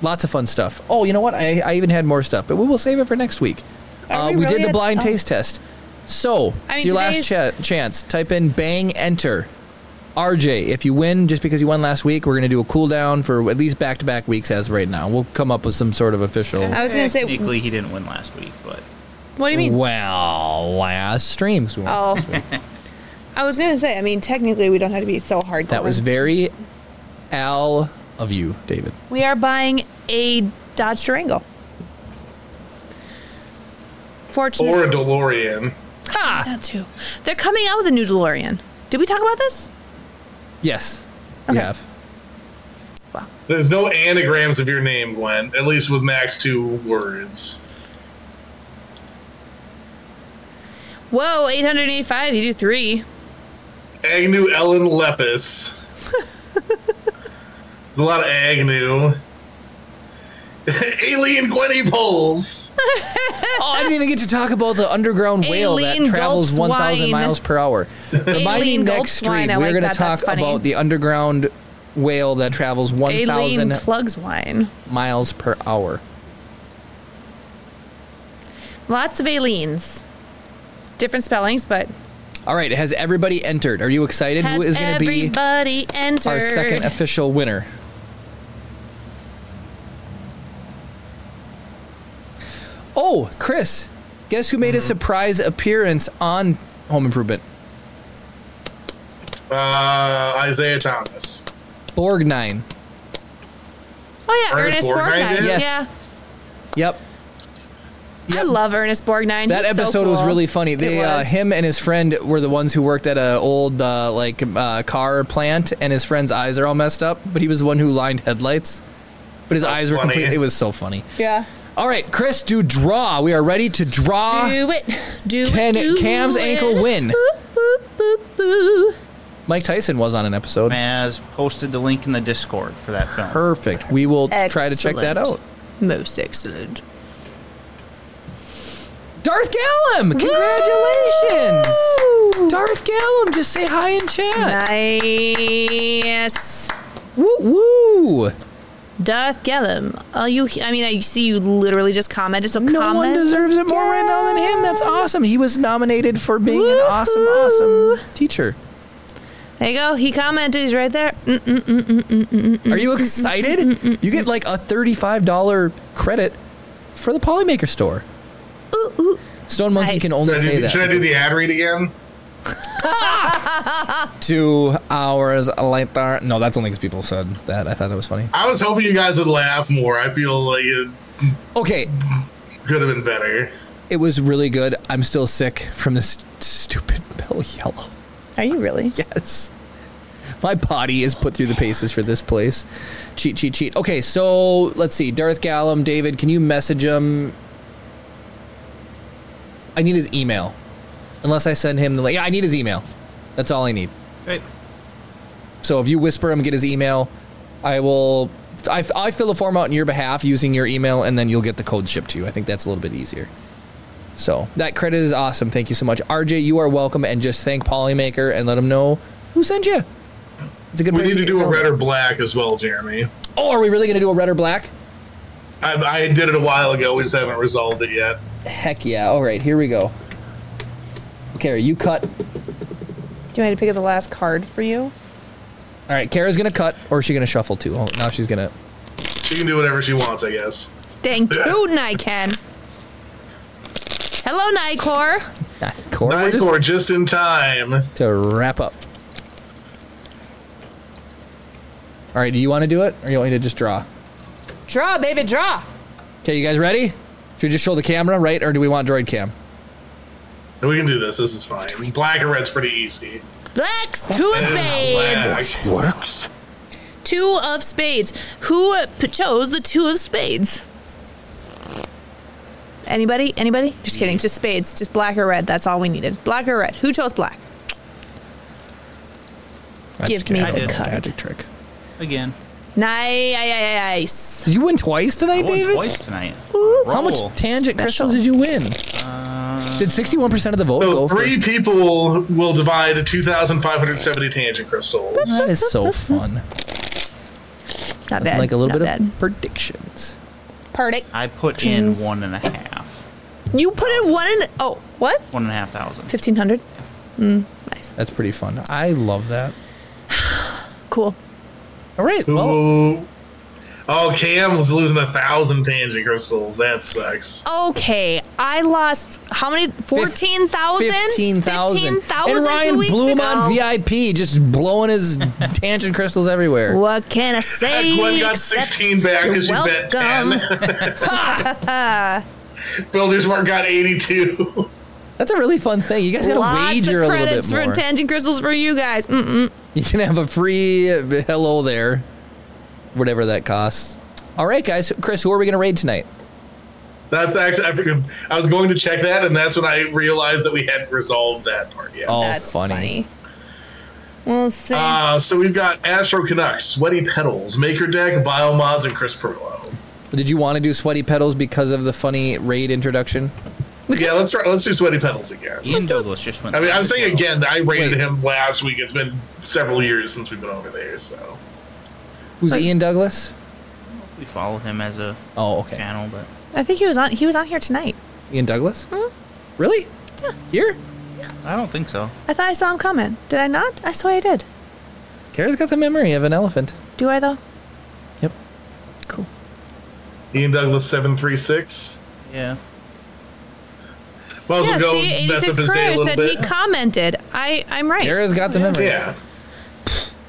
D: Lots of fun stuff. Oh, you know what? I, I even had more stuff, but we will save it for next week. Uh,
A: Are
D: we
A: we really
D: did the
A: at-
D: blind
A: oh.
D: taste test. So,
A: I
D: it's
A: mean,
D: your last cha-
A: today's-
D: chance. Type in bang enter. RJ, if you win, just because you won last week, we're going to do a cool down for at least back to back weeks as of right now. We'll come up with some sort of official.
A: I was gonna say,
B: Technically, he didn't win last week, but
A: what Uh, do you mean?
D: Well, last stream. 'cause we won
A: Oh,
D: last week.
A: I was gonna say. I mean, technically, we don't have to be so hard.
D: That was very Al of you, David.
A: We are buying a Dodge Durango. Fortunately,
C: or a DeLorean.
A: That too. They're coming out with a new DeLorean. Did we talk about this?
D: Yes, we
A: Okay.
D: have.
C: There's no anagrams of your name, Gwen. At least with max two words.
A: Whoa, 885. You do three.
C: Agnew Ellen Lepus. There's a lot of Agnew. Alien Gwenny Poles.
D: Oh, I didn't even get to talk about the underground whale that
A: Aileen
D: travels
A: gulps
D: 1,000
A: wine.
D: miles per hour. Reminding
A: Aileen
D: next
A: gulps wine.
D: stream,
A: I
D: we're
A: like
D: going to
A: that. That's
D: talk
A: funny.
D: about the underground whale that travels
A: Aileen
D: 1,000
A: plugs wine.
D: miles per hour.
A: Lots of Aileens. Different spellings, but
D: All right, has everybody entered? Are you excited? Who
A: has
D: is going to be
A: everybody entered?
D: our second official winner? Oh, Chris, guess who made a surprise appearance on Home Improvement?
C: Uh, Isaiah Thomas.
D: Borgnine.
A: oh yeah,
C: Ernest
A: Ernest
C: Borgnine
A: Borgnine.
C: did?
D: Yes.
A: Yeah,
D: Yep.
A: I love Ernest Borgnine.
D: That
A: He's so
D: episode was
A: cool.
D: really funny.
A: It
D: They uh,
A: was.
D: him and his friend were the ones who worked at a old uh, like uh, car plant, and his friend's eyes are all messed up. But he was the one who lined headlights. But his eyes were
C: funny.
D: complete. It was so funny.
A: Yeah.
D: All right, Chris, do draw. We are ready to draw.
A: Do it. Do it.
D: Ah. Can
A: do
D: Cam's
A: it.
D: ankle win?
A: Boop, boop, boop, boop.
D: Mike Tyson was on an episode.
B: Maz posted the link in the Discord for that film.
D: Perfect. We will try to check that out.
A: Excellent. Most excellent.
D: Darth Gallum, congratulations! Darth Gallum, just say hi in chat.
A: Nice.
D: Woo woo!
A: Darth Gellum, are you? he- I mean, I see you literally just commented. So
D: No
A: comment.
D: one deserves it more right now than him. That's awesome. He was nominated for being an awesome,
A: Woohoo.
D: awesome teacher.
A: There you go. He commented. He's right there. Mm,
D: Are you excited? You get like a $35 credit for the Polymaker store.
A: ooh, ooh.
D: Stone Monkey
A: Nice.
D: can only
C: Should I,
D: say
C: do, should I
D: that.
C: do the ad read again?
D: Two hours later. No, that's only because people said that. I thought that was funny.
C: I was hoping you guys would laugh more. I feel like it
D: Okay,
C: could have been better.
D: it was really good. I'm still sick from this stupid Bell Yellow.
A: Are you really?
D: Yes. My body is put through the paces for this place. Cheat, cheat, cheat. Okay, so let's see. Darth Gallum, David, can you message him? I need his email. Unless I send him the link. Yeah, I need his email. That's all I need.
B: Right.
D: So if you whisper him, get his email, I will. I, I fill a form out on your behalf using your email, and then you'll get the code shipped to you. I think that's a little bit easier. So that credit is awesome. Thank you so much, RJ. You are welcome, and just thank Polymaker and let him know who sent you. It's a good.
C: We
D: place
C: need to
D: get
C: do a
D: from.
C: red or black as well, Jeremy.
D: Oh, are we really gonna do a red or black?
C: I, I did it a while ago. We just haven't resolved it yet.
D: Heck yeah! All right, here we go. Okay, you cut. All
A: Do you want me to pick up the last card for you?
D: right, Kara's gonna cut, or is she gonna shuffle too? Oh, now she's gonna.
C: She can do whatever she wants, I guess.
A: Dang tootin' I can. Hello, Nycor.
D: Ah, Cora, we're
C: Nine
D: just-
C: core just in time.
D: to wrap up. All right, do you want to do it, or you want me to just draw?
A: Draw, baby, draw.
D: Okay, you guys ready? Should we just show the camera, right, or do we want droid cam?
C: We can do this. This is fine. Black or red's pretty easy.
A: Blacks, two of spades.
C: Black.
E: Works.
A: Two of spades. Who p- chose the two of spades? Anybody? Anybody? Just kidding. Just spades. Just black or red. That's all we needed. Black or red. Who chose black?
D: I
A: Give
D: just can't
A: me
D: I
A: the
D: don't know
A: card.
D: magic trick.
B: Again.
A: Nice.
D: Did you win twice tonight,
B: I won
D: David?
B: twice tonight.
D: How much
B: Roll. Uh,
D: tangent crystals did you win? did sixty-one percent of the vote
C: So
D: go for?
C: three people will divide 2,570 tangent crystals.
D: That is so fun.
A: Not
D: Nothing
A: bad.
D: like a little
A: not bad.
D: bit of predictions.
A: Perdic.
B: I put in one and a half.
A: You put in one and oh, what?
B: One and a half thousand.
A: Fifteen hundred.
D: That's pretty fun. I love that.
A: Cool.
D: All right. Well,
C: Ooh. Oh, Cam was losing a thousand tangent crystals. That sucks.
A: Okay, I lost how many? Fourteen thousand.
D: 15,000. And
A: 15,000
D: Ryan
A: two weeks
D: blew him
A: ago.
D: on VIP, just blowing his tangent crystals everywhere.
A: What can I say?
C: Gwen got
A: except
C: 16 back
A: you're
C: because she bet 10. Builders Mark got 82.
D: That's a really fun thing. You guys got to
A: Lots
D: wager a
A: of
D: little
A: credits
D: bit
A: for
D: more.
A: tangent crystals for you guys. Mm.
D: You can have a free uh, hello there, whatever that costs. All right, guys. Chris, who are we going to raid tonight?
C: That's actually, I, forgot- I was going to check that, and that's when I realized that we hadn't resolved that part yet.
D: Oh,
A: That's funny. We'll see.
C: Uh, so we've got Astro Canucks, Sweaty Petals, Maker Deck, Vile Mods, and Chris Perillo.
D: Did you want to do sweaty pedals because of the funny raid introduction?
C: Yeah, let's try, let's do Sweaty Petals again.
B: Ian Douglas just went.
C: I mean, I'm saying
B: again.
C: again, I rated
D: Wait.
C: him last week. It's been several years since we've been over there, so.
D: Who's Ian Douglas?
B: We follow him as a
D: Oh, okay.
B: channel, but
A: I think he was on. He was on here tonight.
D: Ian Douglas?
A: Hmm?
D: Really? Here?
B: I don't think so.
A: I thought I saw him coming. Did I not? I swear I did.
D: Kara's got the memory of an elephant.
A: Do I though?
D: Yep.
A: Cool.
C: Ian Douglas, 736.
B: Yeah.
C: Might as
A: Yeah.
C: well go
A: See,
C: mess up
A: eighty-six
C: his day a
A: Cryer
C: little
A: said he
C: bit.
A: commented. I I'm right.
D: Kara's got the memory.
C: yeah.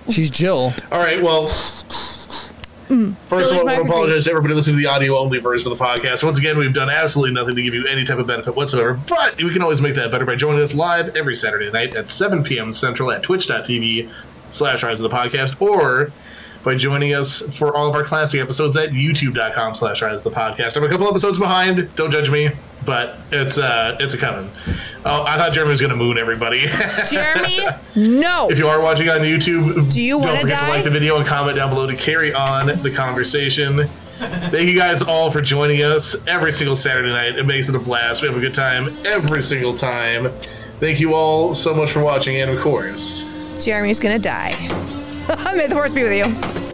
D: She's Jill.
C: All right. Well, first of all, I want to apologize to everybody listening to the audio only version of the podcast. Once again, we've done absolutely nothing to give you any type of benefit whatsoever, but we can always make that better by joining us live every Saturday night at 7 p.m. Central at twitch.tv slash rise of the podcast or by joining us for all of our classic episodes at youtube.com slash rise of the podcast. I'm a couple episodes behind. Don't judge me, but it's uh it's a coming. Oh, I thought Jeremy was going to moon everybody.
A: Jeremy, no.
C: If you are watching on YouTube,
A: Oh. Do you
C: don't
A: wanna
C: forget
A: die?
C: like the video and comment down below to carry on the conversation. Thank you guys all for joining us every single Saturday night. It makes it a blast. We have a good time every single time. Thank you all so much for watching, and of course.
A: Jeremy's gonna die. May the horse be with you.